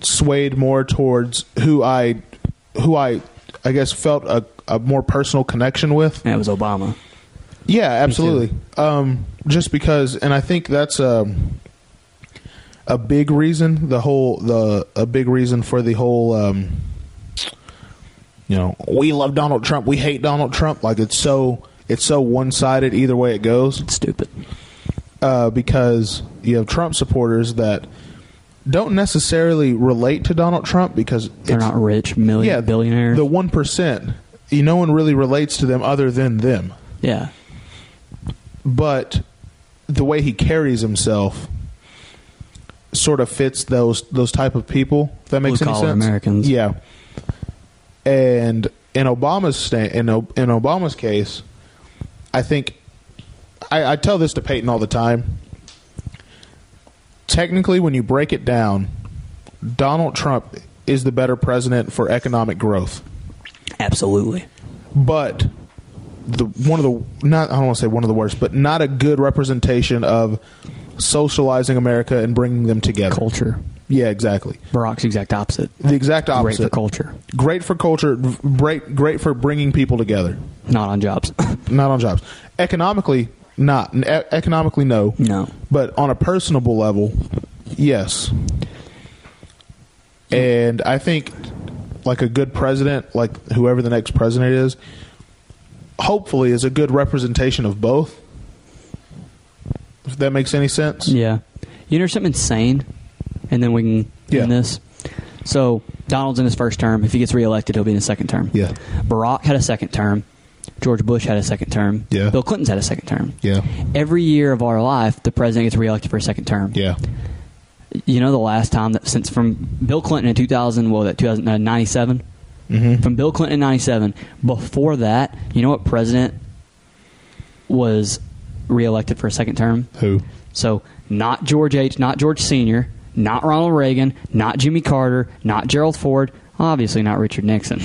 swayed more towards who I who I I guess felt a, a more personal connection with. And it was Obama. Yeah, absolutely. Um, just because, and I think that's um, a big reason. The whole the a big reason for the whole. Um, you know, we love Donald Trump. We hate Donald Trump. Like it's so it's so one sided either way it goes Stupid. uh, because you have Trump supporters that don't necessarily relate to Donald Trump because They're not rich, million yeah billionaires. The one percent, you no one really relates to them other than them. yeah, But the way he carries himself sort of fits those those type of people. If that makes any Blue-collar sense, Americans. Yeah, and in Obama's sta- in O- in Obama's case, I think I, I tell this to Peyton all the time. Technically, when you break it down, Donald Trump is the better president for economic growth. absolutely. But the one of the not I don't want to say one of the worst, but not a good representation of socializing America and bringing them together. Culture. Yeah, exactly. Barack's exact opposite. The exact Great opposite. for culture, Great for culture. Great, great for bringing people together. not on jobs. Not on jobs. Economically, not. E- economically, no. No. But on a personable level, yes. And I think, like a good president, like whoever the next president is, hopefully is a good representation of both. If that makes any sense. Yeah. You know something insane? And then we can Yeah. end this. So Donald's in his first term. If he gets reelected, he'll be in his second term. Yeah. Barack had a second term. George Bush had a second term. Yeah. Bill Clinton's had a second term. Yeah. Every year of our life, the president gets reelected for a second term. Yeah. You know the last time that since from Bill Clinton in 2000, well, that 2097? Mm-hmm. From Bill Clinton in 97. Before that, you know what president was reelected for a second term? Who? So not George H, not George Senior, not Ronald Reagan, not Jimmy Carter, not Gerald Ford, obviously not Richard Nixon.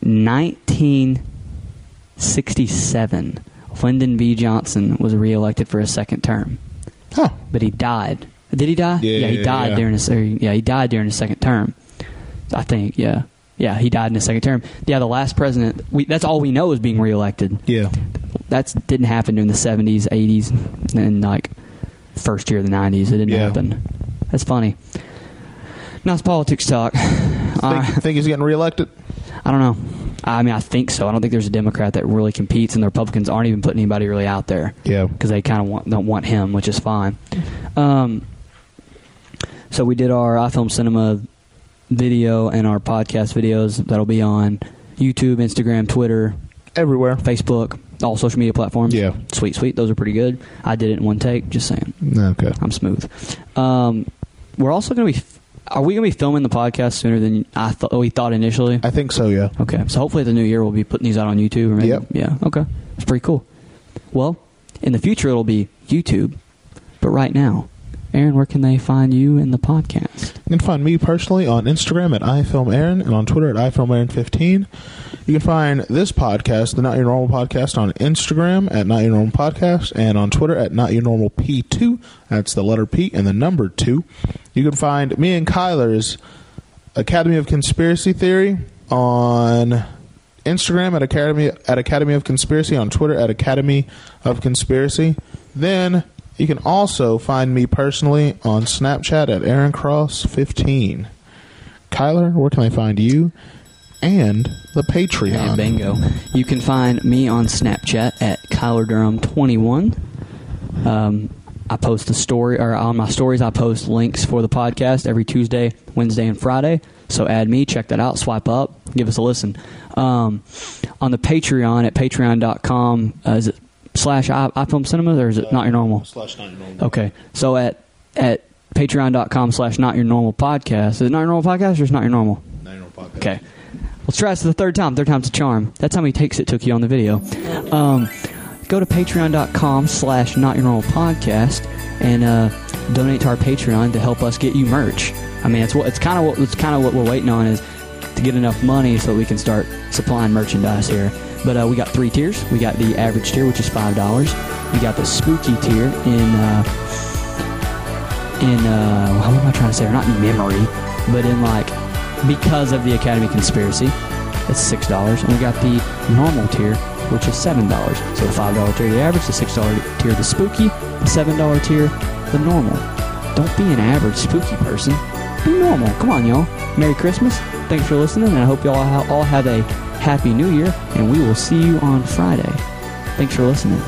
1967 Lyndon B. Johnson was reelected for a second term, Huh. but he died. Did he die? Yeah, he died yeah. during his. Or, yeah, he died during his second term. I think. Yeah, yeah, he died in his second term. Yeah, the last president. We, that's all we know is being reelected. Yeah. That's didn't happen during the seventies, eighties, and like first year of the nineties. It didn't Yeah. happen. That's funny. Now it's politics talk. All Think, right. think he's getting reelected? I don't know. I mean, I think so. I don't think there's a Democrat that really competes, and the Republicans aren't even putting anybody really out there. Yeah. because they kind of want, don't want him, which is fine. Um, so we did our iFilm Cinema video and our podcast videos that'll be on YouTube, Instagram, Twitter, Everywhere. Facebook, all social media platforms. Yeah. sweet, sweet. Those are pretty good. I did it in one take. Just saying. Okay. I'm smooth. Um, we're also going to be. Are we going to be filming the podcast sooner than I thought we thought initially? I think so, yeah. Okay, so hopefully the new year we'll be putting these out on YouTube. Or maybe, Yep. Yeah. Okay, it's pretty cool. Well, in the future it'll be YouTube, but right now, Aaron, where can they find you in the podcast? You can find me personally on Instagram at iFilmAaron and on Twitter at iFilmAaron15. You can find this podcast, the Not Your Normal Podcast, on Instagram at Not Your Normal Podcast and on Twitter at Not Your Normal P2. That's the letter P and the number 2. You can find me and Kyler's Academy of Conspiracy Theory on Instagram at Academy at Academy of Conspiracy on Twitter at Academy of Conspiracy. Then you can also find me personally on Snapchat at Aaron Cross fifteen. Kyler, where can I find you? And the Patreon. Hey, bingo. You can find me on Snapchat at Kyler Durham 21. Um, I post a story, or on my stories, I post links for the podcast every Tuesday, Wednesday, and Friday. So add me, check that out, swipe up, give us a listen. Um, on the Patreon at patreon.com, uh, is it slash I, iFilm Cinemas, or is it not your normal? Slash not your normal. Okay. So at at patreon.com slash not your normal podcast. Is it not your normal podcast or is it not your normal? Not your normal podcast. Okay. Let's try this the third time. Third time's a charm. That's how many takes it took you on the video. Um, go to patreon.com slash not your normal podcast and uh, donate to our Patreon to help us get you merch. I mean, it's what it's kind of what it's kind of what we're waiting on is to get enough money so we can start supplying merchandise here. But uh, we got three tiers. We got the average tier, which is five dollars. We got the spooky tier in uh, in uh, what am I trying to say? Or not in memory, but in like because of the Academy conspiracy. It's six dollars, and we got the normal tier, which is seven dollars. So the five dollar tier, the average; the six dollar tier, the spooky; the seven dollar tier, the normal. Don't be an average spooky person. Be normal. Come on, y'all. Merry Christmas. Thanks for listening, and I hope y'all ha- all have a happy New Year. And we will see you on Friday. Thanks for listening.